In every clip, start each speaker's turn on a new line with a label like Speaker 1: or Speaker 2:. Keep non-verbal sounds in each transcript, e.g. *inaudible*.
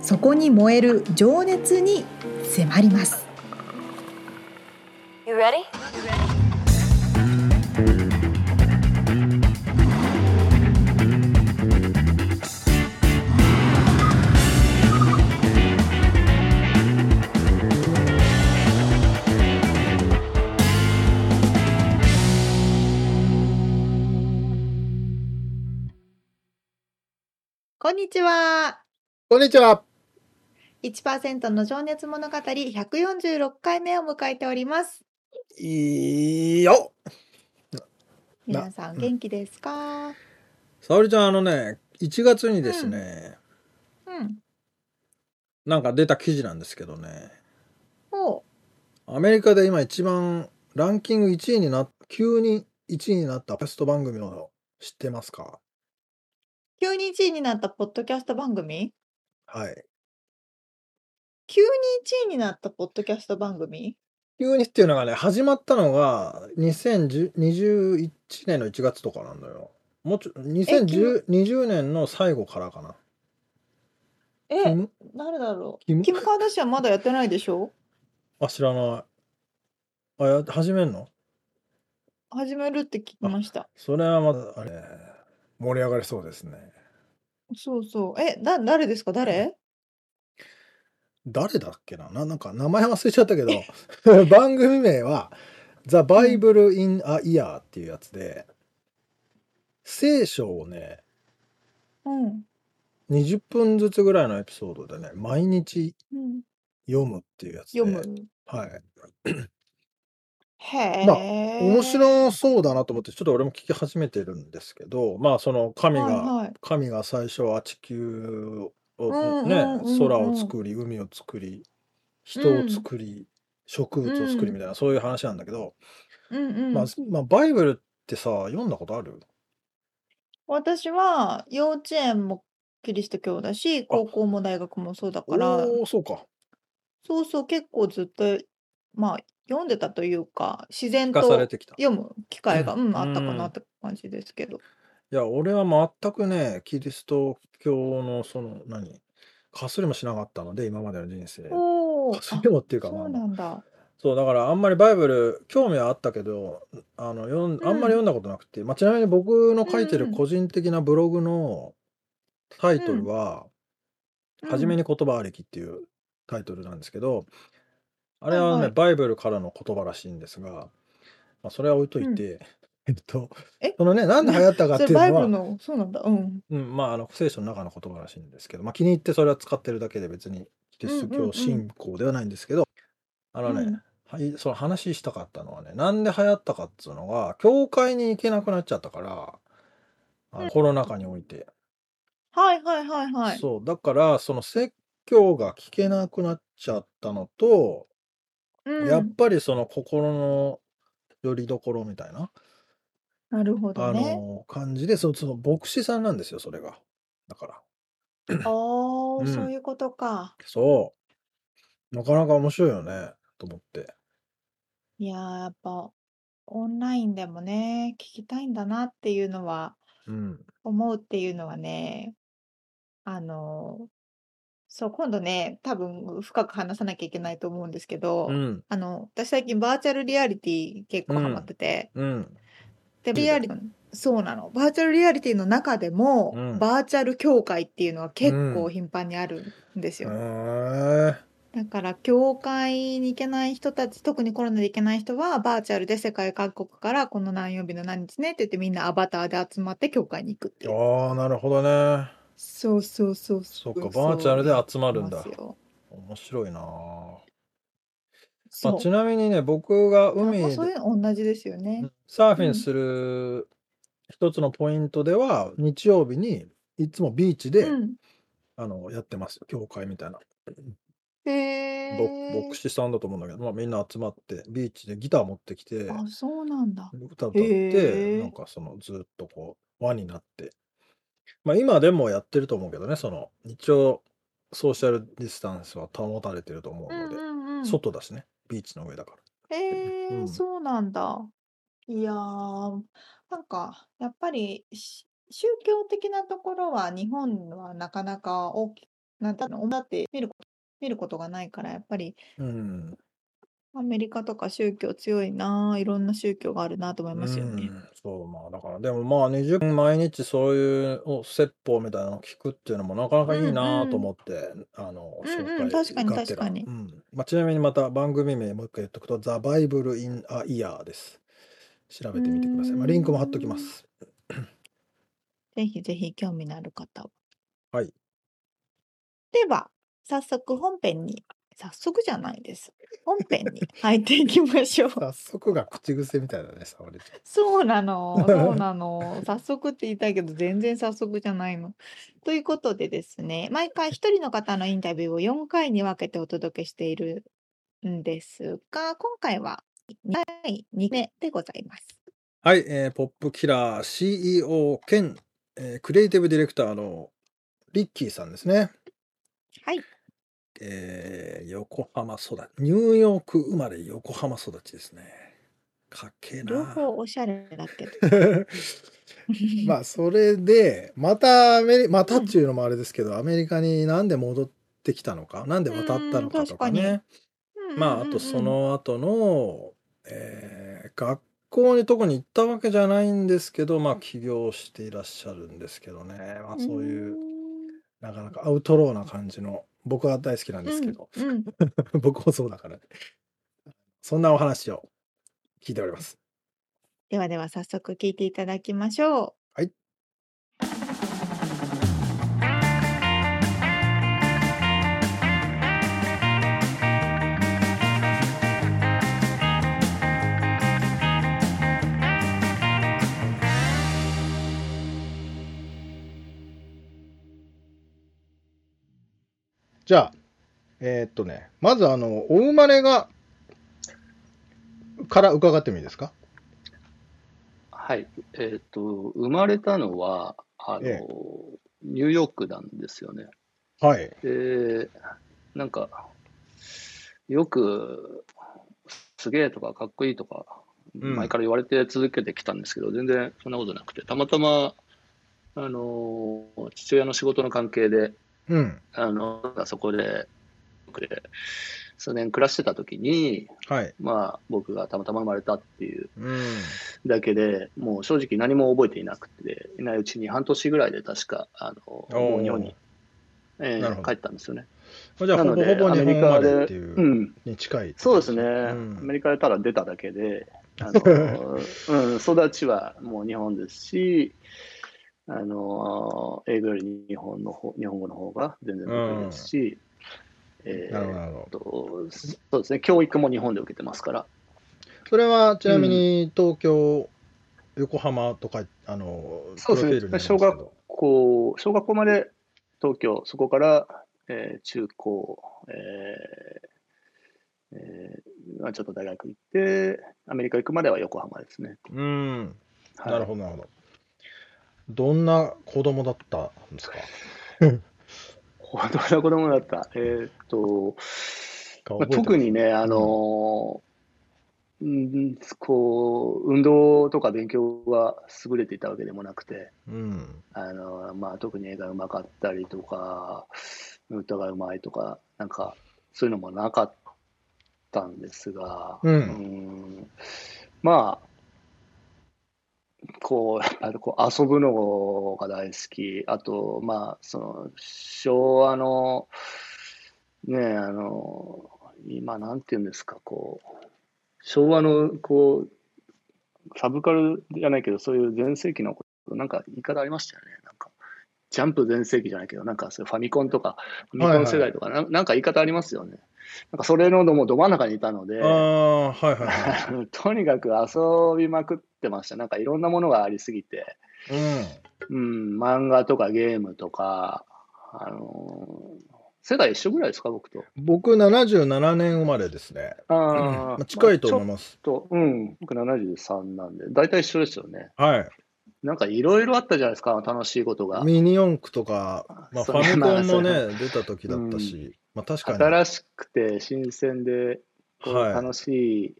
Speaker 1: そこに燃える情熱に迫ります
Speaker 2: You ready?
Speaker 1: こんにちは
Speaker 3: こんにちは。
Speaker 1: 1%の情熱物語146回目を迎えております
Speaker 3: いいよ。な
Speaker 1: 皆さん元気ですかうん、
Speaker 3: 沙織ちゃん、あのね、1月にですね、なんか出た記事なんですけどね、
Speaker 1: お
Speaker 3: アメリカで今一番ランキング1位になっ、急に1位になったポッドキャスト番組を知ってますか
Speaker 1: 急に1位になったポッドキャスト番組
Speaker 3: はい。
Speaker 1: 急に1位になったポッドキャスト番組
Speaker 3: 急にっていうのがね、始まったのが2021年の1月とかなんだよ。もうちょ、2010 20年の最後からかな。キ
Speaker 1: え、
Speaker 3: ム
Speaker 1: 誰だろ
Speaker 3: キ
Speaker 1: う
Speaker 3: ム
Speaker 1: キム・カーダシアンまだやってないでしょ
Speaker 3: あ、知らない。あ、や、始めんの
Speaker 1: 始めるって聞きました。
Speaker 3: それはまた、あれ、盛り上がりそうですね。
Speaker 1: そうそう。え、だ、誰ですか誰
Speaker 3: 誰だっけなななんか名前忘れちゃったけど *laughs* 番組名は「The Bible in a Year」っていうやつで聖書をね
Speaker 1: うん。
Speaker 3: 20分ずつぐらいのエピソードでね毎日
Speaker 1: うん、
Speaker 3: 読むっていうやつで
Speaker 1: 読む。
Speaker 3: はい、
Speaker 1: へ
Speaker 3: まあ
Speaker 1: え。
Speaker 3: 面白そうだなと思ってちょっと俺も聞き始めてるんですけどまあその神が、
Speaker 1: はいはい。
Speaker 3: 神が最初は地球
Speaker 1: うんう
Speaker 3: を
Speaker 1: ん
Speaker 3: ね、
Speaker 1: うんうん
Speaker 3: 空を作り海を作り人を作り、植物を作りみたいなそういう話なんだけど、
Speaker 1: うんうん。
Speaker 3: まあ、まあ、バイブルってさ、読んだことある
Speaker 1: 私は幼稚園もキリスト教だし、高校も大学もそうだから、
Speaker 3: おーそうか。
Speaker 1: そうそう、結構ずっと、まあ、読んでたというか、自然
Speaker 3: 聞か
Speaker 1: と
Speaker 3: されてきた。い
Speaker 1: 読む機会が、
Speaker 3: う
Speaker 1: うんん、あったか
Speaker 3: うん
Speaker 1: なって感じですけど。
Speaker 3: や、俺は全くね、キリスト教の、その、何かすりもしなかったので、今までの人生。か
Speaker 1: おお、
Speaker 3: すりもっていう
Speaker 1: あ
Speaker 3: か、ま
Speaker 1: そう
Speaker 3: あ
Speaker 1: な
Speaker 3: まあ、
Speaker 1: んだ。
Speaker 3: そう、だからあんまりバイブル、興味はあったけど、あの、読ん
Speaker 1: ん
Speaker 3: あんまり読んだことなくて、まあ、ちなみに僕の書いて
Speaker 1: う
Speaker 3: る
Speaker 1: ん
Speaker 3: 個人的なブログのタイトルは、
Speaker 1: うん
Speaker 3: はじめに言葉ありきっていうタイトルなんですけど、あれは
Speaker 1: はいは
Speaker 3: ね、
Speaker 1: い
Speaker 3: バイブルからの言葉らしいんですが、まあ、それは置いといて、 *laughs* えっと
Speaker 1: え、
Speaker 3: そのね、なんで流行ったかっ
Speaker 1: そ
Speaker 3: て
Speaker 1: れ
Speaker 3: いうの
Speaker 1: バイブル
Speaker 3: は、
Speaker 1: の、そうなんだ。うん。
Speaker 3: うん、まあ、あの、聖書の中の言葉らしいんですけど、まあ、気に入ってそれは使ってるだけで別に、キリスト
Speaker 1: うんうんう
Speaker 3: 教
Speaker 1: ん
Speaker 3: 信仰ではないんですけど、あのね、
Speaker 1: うん
Speaker 3: はい、その話したかったのはね、なんで流行ったかっつうのが、教会に行けなくなっちゃったから、あのコロナ禍において。
Speaker 1: はいはいはいはい。
Speaker 3: そう、だから、その説教が聞けなくなっちゃったのと、
Speaker 1: うん
Speaker 3: やっぱりその心の拠り所みたいな、
Speaker 1: なるほ
Speaker 3: あ
Speaker 1: どね。
Speaker 3: の感じでそのその牧師さんなんですよそれがだから
Speaker 1: おお、
Speaker 3: うん
Speaker 1: そういうことか。
Speaker 3: そうなかなか面白いよねと思って
Speaker 1: いやー、やっぱ、オンラインでもね、聞きたいんだなっていうのは、
Speaker 3: うん
Speaker 1: 思うっていうのはね、あの、そう、今度ね、多分深く話さなきゃいけないと思うんですけど、
Speaker 3: うん
Speaker 1: あの、私最近バーチャルリアリティ結構ハマってて、
Speaker 3: うん
Speaker 1: で、リアリ、そうなの。バーチャルリアリティの中でも、
Speaker 3: うん
Speaker 1: バーチャル教会っていうのは結
Speaker 3: う
Speaker 1: 構
Speaker 3: ん
Speaker 1: 頻繁にあるんです
Speaker 3: へ
Speaker 1: よ。
Speaker 3: え
Speaker 1: だから、教会に行けない人たち、特にコロナで行けない人は、バーチャルで世界各国から、この何曜日の何日ねって言って、みんなアバターで集まって教会に行くっていう。
Speaker 3: ああなるほどね
Speaker 1: そうそうそう
Speaker 3: そっかバーチャルで集まるんだ
Speaker 1: そうよ
Speaker 3: 面白いなあ、まあ
Speaker 1: そう
Speaker 3: ちなみにね僕が海
Speaker 1: まあ
Speaker 3: で
Speaker 1: そういうの同じですよね。
Speaker 3: サーフィンする一つのポイントでは日曜日にいつもビーチで、
Speaker 1: うん。
Speaker 3: あのやってますよ教会みたいな
Speaker 1: へ
Speaker 3: ぼ
Speaker 1: ー
Speaker 3: 牧師さんだと思うんだけど、まあ、みんな集まってビーチでギター持ってきて
Speaker 1: あ、そうなんだ。
Speaker 3: 歌歌って
Speaker 1: へー
Speaker 3: なんかそのずっとこう輪になって、まあ、今でもやってると思うけどねその一応ソーシャルディスタンスは保たれてると思うので、
Speaker 1: んうん
Speaker 3: 外だしねビーチの上だから。
Speaker 1: えー
Speaker 3: うん
Speaker 1: そうなんだ。いやー、なんか、やっぱりし、宗教的なところは日本はなかなか大きく、なんだろう、だって見ること、見ることがないから、やっぱり
Speaker 3: うん
Speaker 1: アメリカとか宗教強いなー、いろんな宗教があるなと思いますよね
Speaker 3: う。ん、そうまあだからでもまあ20分毎日そういうお説法みたいなのを聞くっていうのもなかなかいいなと思って、あの
Speaker 1: うんうん確かに
Speaker 3: がて
Speaker 1: 確
Speaker 3: ら
Speaker 1: かに
Speaker 3: うんまあ、ちなみにまた番組名もう一回言っとくと「ザ・バイブル・イン・ア・イヤー」です調べてみてください、まあ、リンクも貼っときます
Speaker 1: ぜひぜひ興味のある方は。
Speaker 3: はい。
Speaker 1: では、早速本編に、早速じゃないです。本編に入っていきましょう。
Speaker 3: 早速が口癖みたいだね沙織ちゃん
Speaker 1: *laughs* そうなの、そうな
Speaker 3: *laughs*
Speaker 1: の。早速って言いたいけど、全然早速じゃないの。ということでですね、毎回一人の方のインタビューを4回に分けてお届けしているんですが、今回は第2目でございます。
Speaker 3: はい、えーポップキラー CEO 兼、えークリエイティブディレクターのリッキーさんですね
Speaker 1: はい。
Speaker 3: えー横浜育ちニューヨーク生まれ横浜育ちですねかっけえ
Speaker 1: 両
Speaker 3: な
Speaker 1: 方おしゃれだけど。
Speaker 3: *laughs* まあそれでまたアメリまたっていうのもあれですけど、アメリカになんで戻ってきたのかなんで渡ったのかと
Speaker 1: *laughs*
Speaker 3: か
Speaker 1: うん
Speaker 3: ねまああとその後の、えー学校に特に行ったわけじゃないんですけどまあ起業していらっしゃるんですけどね、まあ、そういうなかなかアウトローな感じの僕は大好きな
Speaker 1: うん
Speaker 3: んですけど、
Speaker 1: うんうん
Speaker 3: *laughs* 僕もそうだから。そんなお話を聞いております。
Speaker 1: ではでは早速聞いていただきましょう。
Speaker 3: はい。じゃあ、えーっとね、まずあの、お生まれが、から伺ってもいいですか
Speaker 4: はい、えっと、生まれたのは、あの
Speaker 3: ええ、
Speaker 4: ニューヨークなんですよね。
Speaker 3: はい。
Speaker 4: で、なんか、よく、すげえとかかっこいいとか、
Speaker 3: うん
Speaker 4: 前から言われて続けてきたんですけど、全然そんなことなくて、たまたま、あの、父親の仕事の関係で、
Speaker 3: うん。
Speaker 4: あの、そこで、で数年暮らしてた時に、
Speaker 3: はい。
Speaker 4: まあ、僕がたまたま生まれたっていう
Speaker 3: うん。
Speaker 4: だけで、もう正直何も覚えていなくて、いないうちに半年ぐらいで確か、あのもう日本に、え
Speaker 3: なるほ
Speaker 4: ー
Speaker 3: ど
Speaker 4: 帰ったんですよね。
Speaker 3: じゃあ、ほぼ
Speaker 4: なの
Speaker 3: ほ
Speaker 4: で、
Speaker 3: ぼ
Speaker 4: ア
Speaker 3: 日本
Speaker 4: メリ
Speaker 3: 生ま
Speaker 4: カ
Speaker 3: れ
Speaker 4: で、
Speaker 3: っていうう、
Speaker 4: ん、
Speaker 3: に近い。
Speaker 4: そうですね、
Speaker 3: ん
Speaker 4: アメリカでただ出ただけで、
Speaker 3: *laughs*
Speaker 4: あのうん、育ちはもう日本ですし、あの英語より日本の方日本語の方が全然得意ですし、え
Speaker 3: なるほど、
Speaker 4: ー
Speaker 3: なるほど。
Speaker 4: とそうですね、教育も日本で受けてますから。
Speaker 3: それは、ちなみに、東京、横浜とか、あの、
Speaker 4: そう
Speaker 3: プロフィー
Speaker 4: ですね
Speaker 3: ルにありますけど
Speaker 4: 小学こう小学校まで東京、そこから、えー中高、えーえーまあちょっと大学行って、アメリカ行くまでは横浜ですね。
Speaker 3: うん。
Speaker 4: はい
Speaker 3: なるほど、なるほど。どんな子供だったんですか
Speaker 4: 本当な子供だった。えーっと、
Speaker 3: 顔
Speaker 4: ま
Speaker 3: 覚えて
Speaker 4: あ
Speaker 3: ます
Speaker 4: 特にね、あのーうん、こう運動とか勉強が優れていたわけでもなくて、
Speaker 3: うん。
Speaker 4: あのまあ、特に絵がうまかったりとか、歌がうまいとか、なんか、そういうのもなかったんですが、
Speaker 3: うん
Speaker 4: んまあ、こう、やっぱりこう遊ぶのが大好き、あと、まあ、その、昭和の、ねえ、あの、今、なんていうんですか、こう、昭和の、こう、サブカルじゃないけど、そういう全盛期のなんか言い方ありましたよね。なんか、ジャンプ全盛期じゃないけど、なんかそういうファミコンとか、ファミコン世代とか、ななんか言い方ありますよね。なんかそれのどもど真ん中にいたので、
Speaker 3: ああ、はいはいは
Speaker 4: *laughs* とにかく遊びまくってました。なんかいろんなものがありすぎて、
Speaker 3: い。うん。
Speaker 4: うん、漫画とかゲームとか、あのー世代一緒ぐらいですか、僕と。
Speaker 3: 僕77年生まれですね。
Speaker 4: あ
Speaker 3: まあ、近いと思い
Speaker 4: まあ
Speaker 3: ます。
Speaker 4: ちょっと、うん、僕73なんで、大体一緒ですよね。
Speaker 3: はい。
Speaker 4: なんかいろいろあったじゃないですか、楽しいことが。
Speaker 3: ミニ四駆とか、まあ、フ
Speaker 4: そ
Speaker 3: ァ
Speaker 4: う
Speaker 3: ミコンも
Speaker 4: まあ
Speaker 3: ね、出た時だったし、まあ確かに。
Speaker 4: 新しくて新鮮で、こう
Speaker 3: はい
Speaker 4: 楽しい、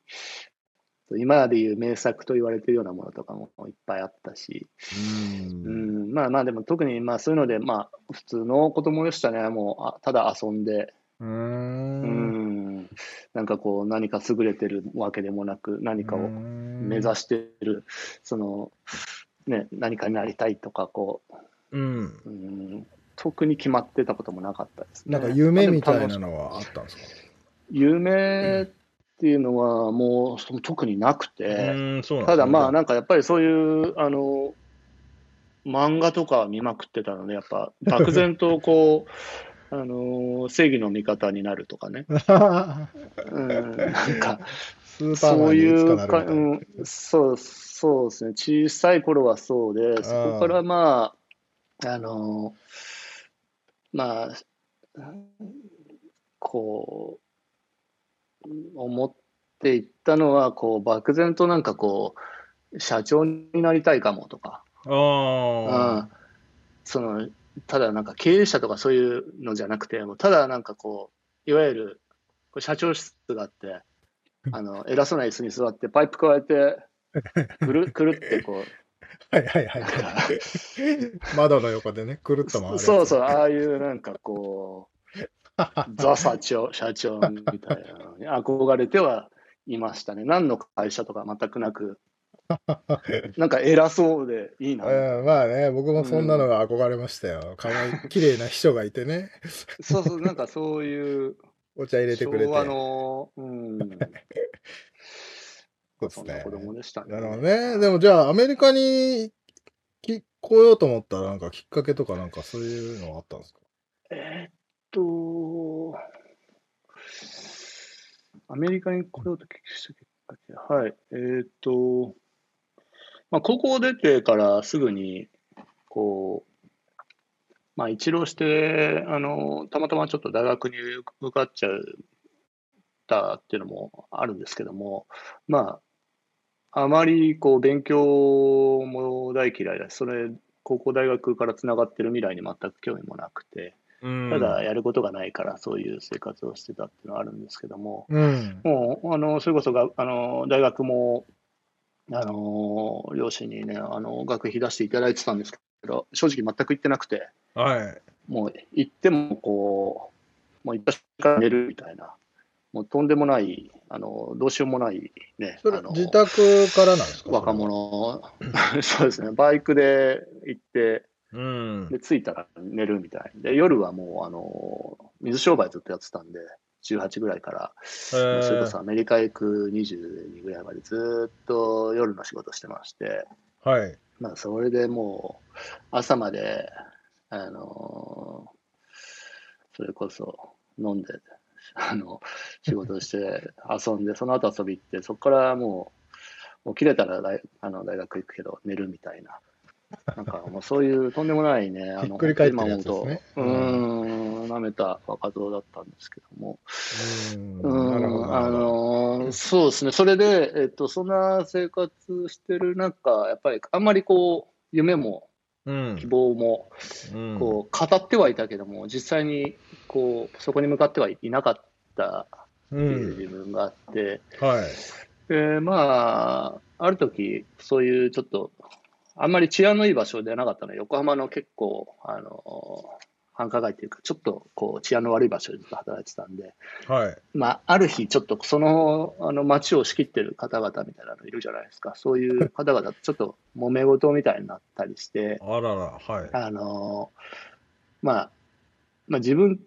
Speaker 4: 今までいう名作と言われてるようなものとかもいっぱいあったし、
Speaker 3: うん
Speaker 4: うん、まあまあでも特にまあそういうので、まあ普通の子供でしたね、もうあただ遊んで、
Speaker 3: うー
Speaker 4: う
Speaker 3: ん。
Speaker 4: ん、なんかこう何か優れてるわけでもなく、何かを目指
Speaker 3: し
Speaker 4: してる、その、ね、何かになりたいとか、こ
Speaker 3: うん。
Speaker 4: う、うん、特に決まってたこともなかったですね。
Speaker 3: なんか夢みた
Speaker 4: まあ
Speaker 3: い
Speaker 4: で
Speaker 3: な
Speaker 4: も楽し
Speaker 3: のはあったんですか
Speaker 4: 夢っていうのはもうその特になく
Speaker 3: う
Speaker 4: て、
Speaker 3: ーん、そうなん
Speaker 4: ただまあ
Speaker 3: な
Speaker 4: なんかやっぱりそういう、あの、漫画とかは見まくってたので、やっぱ漠然とこう、あ *laughs* の、正義の味方になるとかね。うん、なんか、
Speaker 3: *laughs* スーパー
Speaker 4: そ
Speaker 3: マン
Speaker 4: う
Speaker 3: にい
Speaker 4: い
Speaker 3: つか
Speaker 4: う
Speaker 3: な
Speaker 4: か、
Speaker 3: るみたいな。
Speaker 4: うん、そう、そうですね。小さい頃はそうで、そこからまあ、あの、まあ、こう、思っていったのは、こう、漠然となんかこう、社長になりたいかもとか、う
Speaker 3: あ
Speaker 4: ん、その、ただなんか経営者とかそういうのじゃなくて、もうただなんかこう、いわゆる、こう社長室があ *laughs* って、あの、偉そうな椅子に座って、パイプ加えて、く *laughs* る、くるってこう、
Speaker 3: あ。はいはい *laughs* はいはい。窓の横でね、くるっと回るやつ。
Speaker 4: *laughs* そうそう、ああいうなんかこ *laughs* う、ザ社長、社長みたいなのに憧れてはいましたね。何の会社とか全くな *laughs* く、なんか偉そうでいいな。
Speaker 3: うん、まあね、僕もそんなのが憧れました
Speaker 4: *laughs*
Speaker 3: よ。かわいい、綺麗な秘書がいてね、
Speaker 4: そうそう、なんかそういう、
Speaker 3: お茶入れてくれて。
Speaker 4: 昭和の、
Speaker 3: *laughs*
Speaker 4: うん、
Speaker 3: そうです
Speaker 4: そんな
Speaker 3: ね
Speaker 4: 子。供でしたね。
Speaker 3: なるほどね。でもじゃあ、アメリカにき来ようと思ったなんかきっかけとかなんかそういうのはあったんですか
Speaker 4: えーっと、アメリカに来ようと聞きしたきっかけ、はい、えーっと、まあ、高校出てからすぐに、こう、まあ、一浪して、あの、たまたまちょっと大学に受かっちゃったっていうのもあるんですけども、まあ、あまりこう勉強も大嫌いだし、それ、高校、大学からつながってる未来に全く興味もなくて、ただ、やることがないから、そういう生活をしてたっていうのはあるんですけども、
Speaker 3: うん。
Speaker 4: もう、あの、それこそが、あの、大学も、あの、両親にね、あの、学費出していただいてたんですけど、正直全く行ってなくて、
Speaker 3: はい。
Speaker 4: もう行っても、こう、もう行った瞬間寝るみたいな、もうとんでもない、あの、どうしようもない、ね、
Speaker 3: それ
Speaker 4: あの、
Speaker 3: 自宅からなんですか
Speaker 4: 若。
Speaker 3: *laughs*
Speaker 4: 者、そうですね、バイクで行って、
Speaker 3: それはうん。
Speaker 4: で、着いたら寝るみたい。で、夜はもう、あの、水商売ずっとやってたんで、18ぐらいから、
Speaker 3: へー
Speaker 4: それこそアメリカ行く22ぐらいまでずっと夜の仕事してまして、
Speaker 3: はい。
Speaker 4: まあ、それでもう、朝まで、あの、それこそ飲んで、あの、仕事して、遊んで、その後遊び行って、そこからもう、起きれたら大あの大学行くけど、寝るみたいな。なんかもうそういうとんでもないね、あの、
Speaker 3: ひっくり返ってるやつですね
Speaker 4: 今思うとうーん、舐めた若造だったんですけども。
Speaker 3: うん。
Speaker 4: うん
Speaker 3: なるほど。
Speaker 4: あのーそうですね、それで、えっと、そんな生活してる中、やっぱりあんまりこう、夢も
Speaker 3: うん
Speaker 4: 希望も、
Speaker 3: うん
Speaker 4: こう、語ってはいたけども、実際に、こう、そこに向かってはいなかった
Speaker 3: う。
Speaker 4: っていうん自分があって、
Speaker 3: はい。
Speaker 4: で、まあ、ある時、そういうちょっと、あんまり治安のいい場所ではなかったので、横浜の結構、あのー繁華街というか、ちょっとこう治安の悪い場所でずっと働いてたんで、
Speaker 3: はい。
Speaker 4: まあ、ある日、ちょっとそのあの街を仕切ってる方々みたいなのいるじゃないですか、そういう方々、ちょっと揉め事みたいになったりして、 *laughs*
Speaker 3: あらら、はい。
Speaker 4: あのまあ、まあ、自分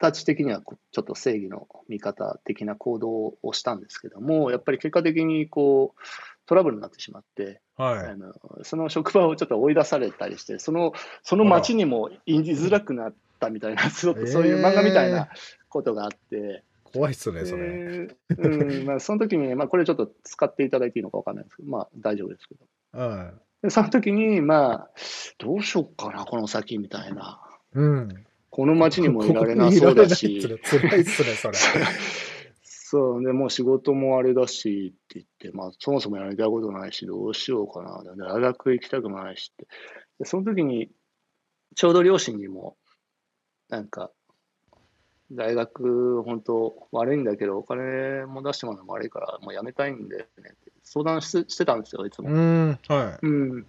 Speaker 4: たち的にはこうちょっと正義の味方的な行動をしたんですけども、やっぱり結果的にこうトラブルになってしまって、
Speaker 3: は
Speaker 4: あ
Speaker 3: い。
Speaker 4: のその職場をちょっと追い出されたりして、そのその街にもいじづらくなったみたいな、すごく *laughs* そういう漫画みたいなことがあって。
Speaker 3: 怖いっすね、それ。
Speaker 4: えーうん、まあ、その時に、まあ、これちょっと使っていただいていいのかわかんないですけど、まあ、大丈夫ですけど。
Speaker 3: うん。
Speaker 4: で、その時に、まあ、どうしようかな、この先、みたいな
Speaker 3: うん。
Speaker 4: この町にもいられなそうだし、
Speaker 3: ここにいられないっつうの辛いっ
Speaker 4: *laughs*
Speaker 3: すね、
Speaker 4: そうね、もう仕事もあれだしって言って、まあ、そもそもやりたいことないし、どうしようかな、で大学行きたくもないしって。で、その時に、ちょうど両親にも、なんか、大学、本当悪いんだけど、お金も出してもらうのも悪いから、もうやめたいんで、ね、って相談ししてたんですよ、いつ
Speaker 3: それ。
Speaker 4: も
Speaker 3: う。ん、は
Speaker 4: うん。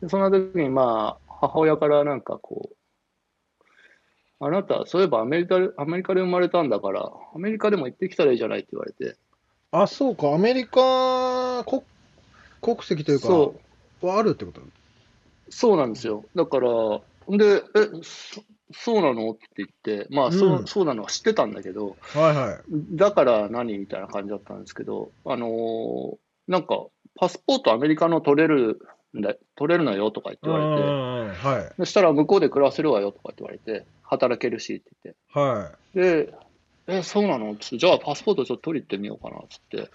Speaker 4: でそんな時に、まあ、母親からなんかこう、あなた、そういえばアメリカで、アメリカで生まれたんだから、アメリカでも行ってきたらいいじゃないって言われて、
Speaker 3: い。あ、そうか、アメリカ国、国籍というか、
Speaker 4: そ
Speaker 3: はあるってこと
Speaker 4: う、そうなんですよ。だから、で、え、そ、そうなのって言って、まあ、そうう、
Speaker 3: ん
Speaker 4: そうなのは知ってたんだけど、
Speaker 3: はいはい。
Speaker 4: だから何みたいな感じだったんですけど、あのーなんか、パスポートアメリカの取れるんだ、取れるのよとか言って
Speaker 3: うん
Speaker 4: 言
Speaker 3: う
Speaker 4: わ
Speaker 3: ん
Speaker 4: れて、
Speaker 3: うん、はい。
Speaker 4: そしたら向こうで暮らせるわよとかって言われて、働けるしって言って。
Speaker 3: は
Speaker 4: で、え、そうなのつって、じゃあパスポートちょっと取り行ってみようかな、つって。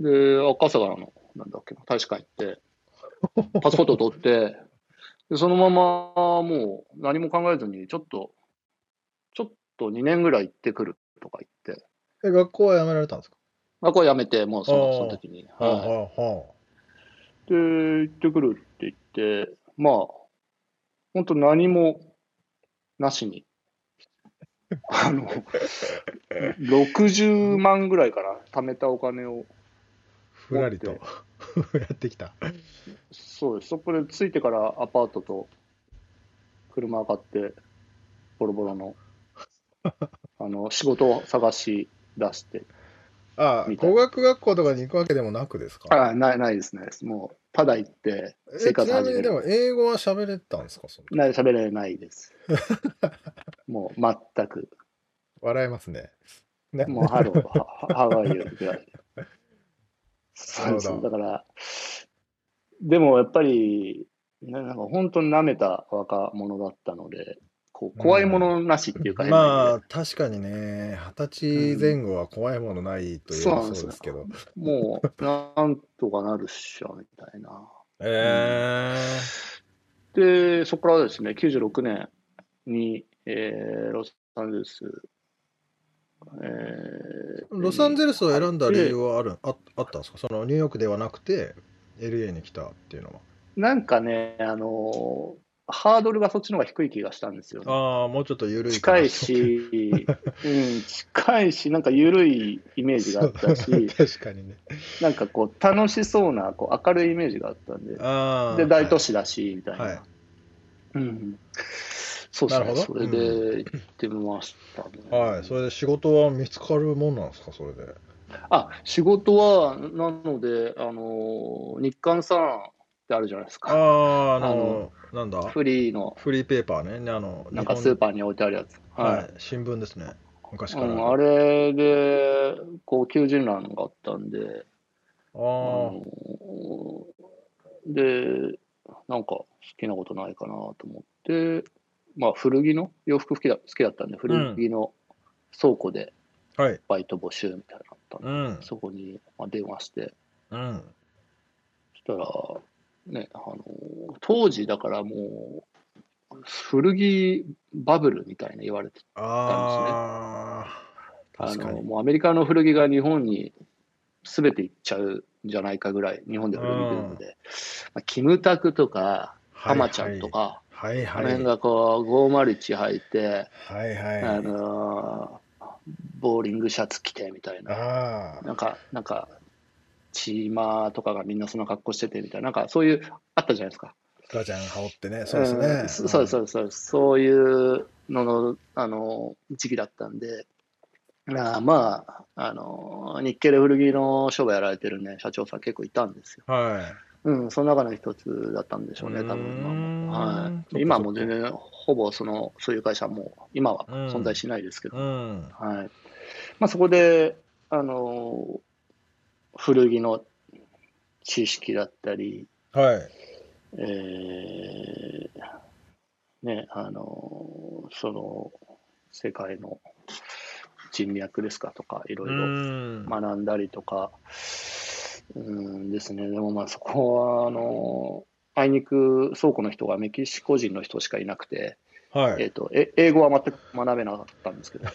Speaker 4: で、赤坂の、なんだっけな、大使館行
Speaker 3: *laughs*
Speaker 4: って、パスポート取って、でそのまま、もう何も考えずに、ちょっと、ちょっと2年ぐらい行ってくるとか言って、
Speaker 3: い。え、学校は辞められたんですか
Speaker 4: 学校辞めて、もうそ
Speaker 3: あ
Speaker 4: の
Speaker 3: ー
Speaker 4: その時に。
Speaker 3: は
Speaker 4: はい
Speaker 3: あ、は
Speaker 4: で、行ってくるって言って、まあ、本当何もなしに、 *laughs* あの、60万ぐらいから貯めたお金を、
Speaker 3: ふらりと
Speaker 4: 持っ
Speaker 3: *laughs* やってきた。
Speaker 4: そうです。そこで着いてからアパートと車買って、ボロボロの、あの、仕事を探し出して、
Speaker 3: あ、
Speaker 4: みたい
Speaker 3: 語学学校とかに行くわけでもなくですか
Speaker 4: あない、ないですね。もう、ただ行って、
Speaker 3: え、
Speaker 4: 生
Speaker 3: ち
Speaker 4: 活
Speaker 3: なみ
Speaker 4: 始め
Speaker 3: にで
Speaker 4: る。
Speaker 3: も英語は喋れたんですかその時
Speaker 4: ない、喋れないです。もう、全く。
Speaker 3: 笑えますね。ね
Speaker 4: もうハロー、ハハワイよぐらい。そうです
Speaker 3: な
Speaker 4: ね。
Speaker 3: るほ
Speaker 4: だから、でもやっぱり、ななんか本当に舐めた若者だったので、こう怖いものなしっていうか、変な意
Speaker 3: ま
Speaker 4: 味
Speaker 3: あ、確かにね、二十歳前後は怖いものないといえば
Speaker 4: うん
Speaker 3: そうですけど。
Speaker 4: でもうなんとかなるっしょ、みたいな。
Speaker 3: え
Speaker 4: で、そこからですね、96年に、えーロサンゼルス、え
Speaker 3: ー、ロサンゼルスを選んだ理由
Speaker 4: は
Speaker 3: はあるああったんですかそのニューヨークではなくて、LA に来たっていうのは。
Speaker 4: なんかね、あのーハードルがそっちの方が低い気がしたんですよね。
Speaker 3: ああ、もうちょっと緩いか
Speaker 4: 近、
Speaker 3: ない、
Speaker 4: し、うん、近いし、なんか緩いイメージがあった
Speaker 3: *laughs*
Speaker 4: し
Speaker 3: 確かにね。
Speaker 4: なんかこう、楽しそうな、こう、明るいイメージがあったんで、
Speaker 3: ああ。
Speaker 4: で、大都市だし、みたいな。
Speaker 3: はい。はい
Speaker 4: うん。そうで
Speaker 3: な
Speaker 4: す
Speaker 3: る
Speaker 4: ね。
Speaker 3: ほど
Speaker 4: それで行ってみましたね。
Speaker 3: はい、それで仕事は見つかるもんなんですか、それで。
Speaker 4: あ、仕事は、なので、あのー、日韓さんってあるじゃないです
Speaker 3: あ
Speaker 4: か。
Speaker 3: あ、あ
Speaker 4: あ
Speaker 3: の
Speaker 4: の、
Speaker 3: なんだ、
Speaker 4: フリーの、
Speaker 3: フリーペーパーね、ねあの、
Speaker 4: なんか
Speaker 3: 日
Speaker 4: スー
Speaker 3: 本
Speaker 4: パーに置いてあるやつ。
Speaker 3: の、
Speaker 4: はい
Speaker 3: はい、新聞ですね、昔か
Speaker 4: う
Speaker 3: ら
Speaker 4: ん、
Speaker 3: あ
Speaker 4: あ
Speaker 3: る。
Speaker 4: れで、こう、求人欄があったんで、
Speaker 3: あ
Speaker 4: あ
Speaker 3: ー
Speaker 4: ので、なんか好きなことないかなと思って、まあ、古着の、洋服好きだ好きだったんで、古着の倉庫で
Speaker 3: はい、
Speaker 4: バイト募集みたいなのあったんで、
Speaker 3: うん、
Speaker 4: そこにまあ電話して、
Speaker 3: うん、
Speaker 4: そしたら、ね、あの当時、だからもう、古着バブルみたいな言われて、
Speaker 3: ああ、
Speaker 4: あ
Speaker 3: 確か
Speaker 4: の
Speaker 3: に。
Speaker 4: もうアメリカの古着が日本に全て行っちゃうんじゃないかぐらい、日本で古着ブームで、まあ、キムタクとか、
Speaker 3: は
Speaker 4: ハ
Speaker 3: い
Speaker 4: マちゃんとか、
Speaker 3: はい
Speaker 4: あ
Speaker 3: は
Speaker 4: の
Speaker 3: い
Speaker 4: 辺、がこう、501履いて、
Speaker 3: はいはい、
Speaker 4: あのーボーリングシャツ着てみたいな、
Speaker 3: あ
Speaker 4: なんか、なんか、チーマーとかがみんなそんな格好しててみたいな、なんかそういう、あったじゃないですか。
Speaker 3: ー、ガチャン羽織ってね、そうですね。
Speaker 4: んそそうです、そうです、そうです。そういうのの、あのー時期だったんで、なあまあ、あのー日系で古着の商売やられてるね、社長さん結構いたんですよ。
Speaker 3: は
Speaker 4: うん、その中の一つだったんでしょうね、多
Speaker 3: うー
Speaker 4: 分
Speaker 3: ん
Speaker 4: 今
Speaker 3: そっかそっか
Speaker 4: も。はい、今はもう全然、ほぼその、そういう会社はもう、今は存在しないですけ
Speaker 3: い、
Speaker 4: ど、
Speaker 3: うん、
Speaker 4: はい。まあ、そこで、あのー古着の知識だったり、
Speaker 3: はい、
Speaker 4: えーね、あのーその、世界の人脈ですかとか、いろいうろ。
Speaker 3: ん、
Speaker 4: 学んだりとか、うんですね、でもまあそこはあの、あいにく倉庫の人がメキシコ人の人しかいなくて、
Speaker 3: はい。
Speaker 4: えっと、え英語は全く学べなかったんです
Speaker 3: *laughs*
Speaker 4: けど。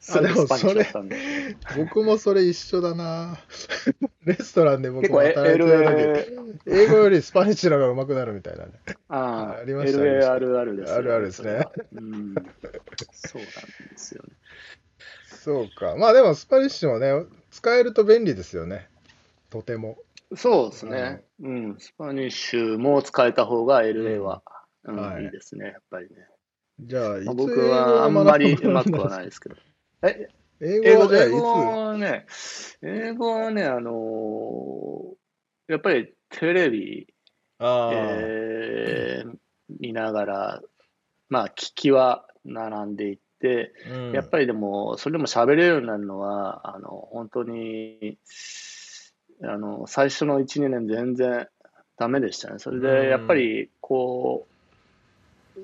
Speaker 4: それ
Speaker 3: でもそれ
Speaker 4: だったんで。
Speaker 3: 僕もそれ一緒だな。 *laughs* レストランで僕
Speaker 4: 結
Speaker 3: も
Speaker 4: 構、え
Speaker 3: 働いてる時
Speaker 4: LA、
Speaker 3: 英語よりスパニッチの方が上手くなるみたいなね。
Speaker 4: あ
Speaker 3: あ
Speaker 4: あ
Speaker 3: りましたありました
Speaker 4: LA あるあるですよ。
Speaker 3: あるあるですね
Speaker 4: それはうん。そうなんですよね。
Speaker 3: そうか。まあでもスパニッシュもね、使えると便利ですよね。とても。
Speaker 4: そうですね。うん。スパニッシュも使えた方が LA は、うん
Speaker 3: はい
Speaker 4: い、いですね。やっぱりね。
Speaker 3: じゃあ、いつ
Speaker 4: ま
Speaker 3: 英
Speaker 4: あ、僕
Speaker 3: 語
Speaker 4: はあんまりうまくは
Speaker 3: 学
Speaker 4: な
Speaker 3: ぶ
Speaker 4: いですけど。え、
Speaker 3: 英
Speaker 4: 英
Speaker 3: 語は
Speaker 4: 語、
Speaker 3: じ
Speaker 4: 英語
Speaker 3: ゃ
Speaker 4: はね、英語はね、あのーやっぱりテレビ、
Speaker 3: あいつあ
Speaker 4: えー見ながら、まあ、聞きは学んでいって、
Speaker 3: あ、うん
Speaker 4: やっぱりでも、それでも喋れるようになるのは、あの、本当に、あの、最初の1、2年全然ダメでしたね。それ
Speaker 3: うん
Speaker 4: で、やっぱり、こう、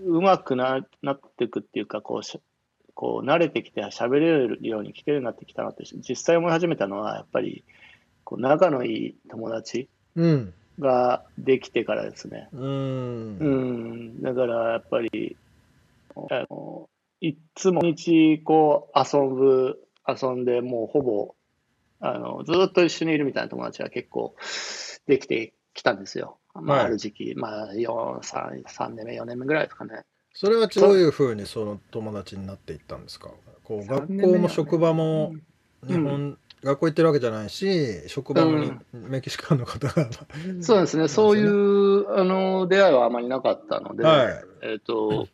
Speaker 4: うまくな、なっていくっていうか、こうし、こう慣れてきて喋れるように聞けるようになってきたなって、実際思い始めたのは、やっぱり、こう、仲のいい友達
Speaker 3: うん。
Speaker 4: ができてからですね。
Speaker 3: うん。
Speaker 4: うん、だからやっぱり、あのいっつも日こう遊ぶ、遊んで、もうほぼ、あの、ずっと一緒にいるみたいな友達が結構できてきたんですよ。まあ、
Speaker 3: はい
Speaker 4: ある時期、まあ、4、3、3年目、4年目ぐらいですかね。
Speaker 3: それはどういうふうにその友達になっていったんですかこう
Speaker 4: 残
Speaker 3: 学
Speaker 4: 念
Speaker 3: 校
Speaker 4: だよ
Speaker 3: も
Speaker 4: ね
Speaker 3: 職場も日本、学校行ってるわけじゃないし職場もにメキシカンの方が、
Speaker 4: *laughs* そうですね、そういう、あの、出会いはあまりなかったので、
Speaker 3: はい
Speaker 4: えっと、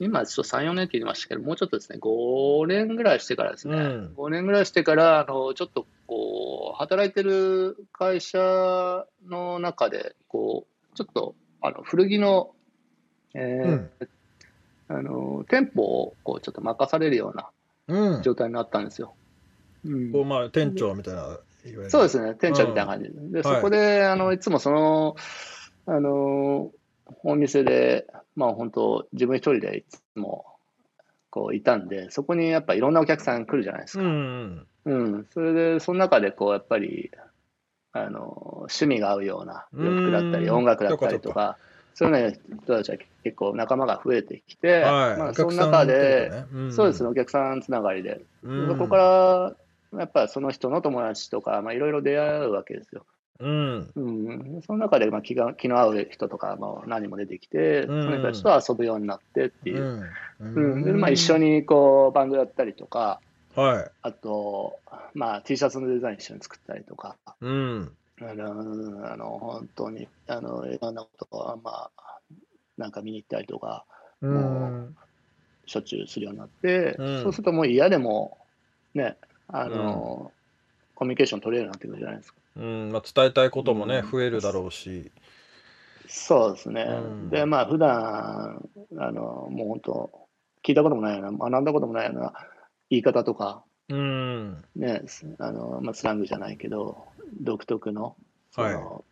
Speaker 4: 今ちょっと3、4年って言いましたけど、もうちょっとですね、5年ぐらいしてからですね、
Speaker 3: うん
Speaker 4: 5年ぐらいしてから、あの、ちょっとこう、働いてる会社の中で、こう、ちょっと、あの、古着の、えー
Speaker 3: うん
Speaker 4: あの、店舗を、こう、ちょっと任されるような
Speaker 3: うん、
Speaker 4: 状態になったんですよ。うん
Speaker 3: こうまあ店長みたいないわゆる
Speaker 4: そうですね、店長みたいな感じで。で、そこで、あの、いつもその、あの、お店で、まあ本当、自分一人でいつも、こう、いたんで、そこにやっぱいろんなお客さん来るじゃないです
Speaker 3: う
Speaker 4: か。
Speaker 3: ん
Speaker 4: うん。それで、その中で、こう、やっぱり、あの、趣味が合うような洋服だったり、
Speaker 3: うん
Speaker 4: 音楽だったりとか、そういうの人たちは結構仲間が増えてき
Speaker 3: は
Speaker 4: て、
Speaker 3: い、
Speaker 4: ま
Speaker 3: お
Speaker 4: あ、そ
Speaker 3: 客
Speaker 4: の
Speaker 3: さん
Speaker 4: 中
Speaker 3: って
Speaker 4: で、
Speaker 3: ことねん
Speaker 4: そうですね、お客さんつながりで、
Speaker 3: うん
Speaker 4: そこから、やっぱその人の友達とか、まあ、いろいろ出会うわけですよ。
Speaker 3: うん
Speaker 4: うん、その中で、まあ、気が気の合う人とか、まあ、何人も出てきて、そ
Speaker 3: うん
Speaker 4: の人たちと遊ぶようになってっていうう。
Speaker 3: ん
Speaker 4: うんでまあ、一緒
Speaker 3: に
Speaker 4: にこうバンドやったりとか、
Speaker 3: はい
Speaker 4: あと、まあ、T シャツのデザイン一緒に作ったりとか、
Speaker 3: うん
Speaker 4: あの、あの本当に、あの、いろんなことを、まあ、なんか見に行ったりとか、
Speaker 3: う
Speaker 4: も
Speaker 3: ん
Speaker 4: しょっちゅうするようになって、
Speaker 3: うん
Speaker 4: そうするともう嫌でも、ね、あの、コミュニケーション取れるようになってくるじゃないですか。
Speaker 3: うんまあ、伝えたいこともね、
Speaker 4: うん
Speaker 3: 増えるだろうし、
Speaker 4: そうですね。
Speaker 3: うん
Speaker 4: で、まあ、普段あの、もう本当、聞いたこともないような、学んだこともないような言い方とか、
Speaker 3: うん、
Speaker 4: ね、すあのまあ、スラングじゃないけど、独特の、その、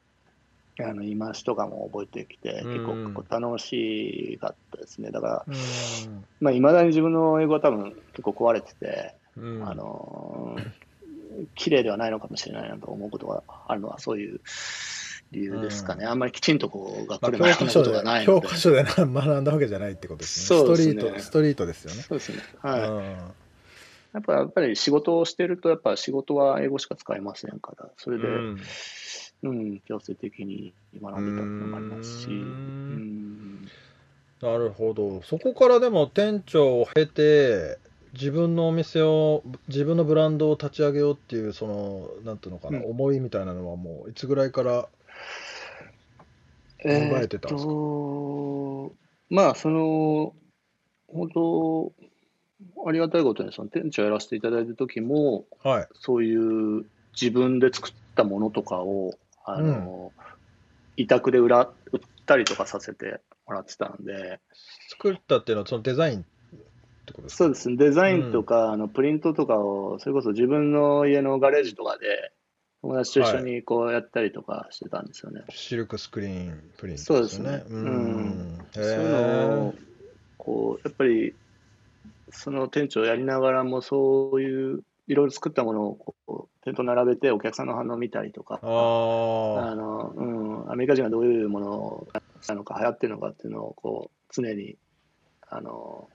Speaker 4: あの言い回しとかも覚えてきて、結
Speaker 3: うん
Speaker 4: 構こう楽しかったですね。だから、
Speaker 3: うん
Speaker 4: まあ、いまだに自分の英語は多分結構壊れてて、
Speaker 3: うん、
Speaker 4: あの、綺麗ではないのかもしれないなと思うことがあるのは、そういう理由ですかね。あんまりきちんとこう、学
Speaker 3: ま
Speaker 4: 校
Speaker 3: あ、
Speaker 4: で
Speaker 3: 教
Speaker 4: 学ん
Speaker 3: 科書
Speaker 4: だことが
Speaker 3: で
Speaker 4: ないの
Speaker 3: 教
Speaker 4: で
Speaker 3: 科。書でな学んだわけじゃないってことですね。
Speaker 4: そうですね
Speaker 3: ストリート、ストリートですよね。
Speaker 4: そうですね。はい。やっぱやっぱり仕事をしてると、やっぱ仕事は英語しか使えませんから、それ
Speaker 3: う
Speaker 4: で、うん、
Speaker 3: ん。
Speaker 4: 強制的に学んでたのもありますし、
Speaker 3: う
Speaker 4: うんん、
Speaker 3: なるほど。そこからでも店長を経て、自分のお店を、自分のブランドを立ち上げようっていう、その、なんていうのかな、
Speaker 4: うん
Speaker 3: 思いみたいなのはもう、いつぐらいから、
Speaker 4: え
Speaker 3: え
Speaker 4: ー
Speaker 3: て
Speaker 4: った
Speaker 3: んですか
Speaker 4: と、まあ、その、本当、ありがたいことに、その店長やらせていただいた時も、
Speaker 3: はい。
Speaker 4: そういう自分で作ったものとかを、あの、委託で売ら、売ったりとかさせてもらってたんで、
Speaker 3: 作ったっていうのは、そのデザインってことですか
Speaker 4: そうですね、デザインとか、あのプリントとかを、それこそ自分の家のガレージとかで、友達と一緒にこうやったりとかしてたんですよね。
Speaker 3: シルクスクリーンプリント
Speaker 4: そう
Speaker 3: で
Speaker 4: ですす
Speaker 3: よね
Speaker 4: ね。
Speaker 3: うん。へ
Speaker 4: そういうのを、こう、やっぱり、その店長やりながらも、そういう、いろいろ作ったものをこう、店頭並べて、お客さんの反応を見たりとか、
Speaker 3: ーああ。
Speaker 4: あの、うん、アメリカ人がどういうものなのか、流行ってるのかっていうのを、こう、常にあの、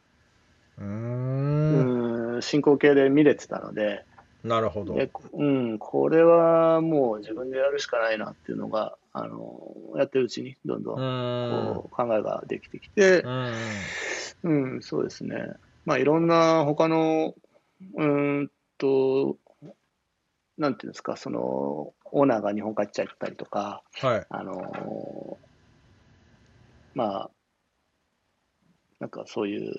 Speaker 3: うー。
Speaker 4: うんん、進行形で見れてたので、
Speaker 3: なるほど。
Speaker 4: で、うん、これはもう自分でやるしかないなっていうのが、あの、やってるうちにどん
Speaker 3: う
Speaker 4: ど
Speaker 3: んん。
Speaker 4: こう考えができてきて
Speaker 3: う、ん。
Speaker 4: うん、そうですね。まあ、いろんな他の、うーんと、なんていうんですか、その、オーナーが日本帰っちゃったりとか、
Speaker 3: はい。
Speaker 4: あのーまあ、なんかそういう、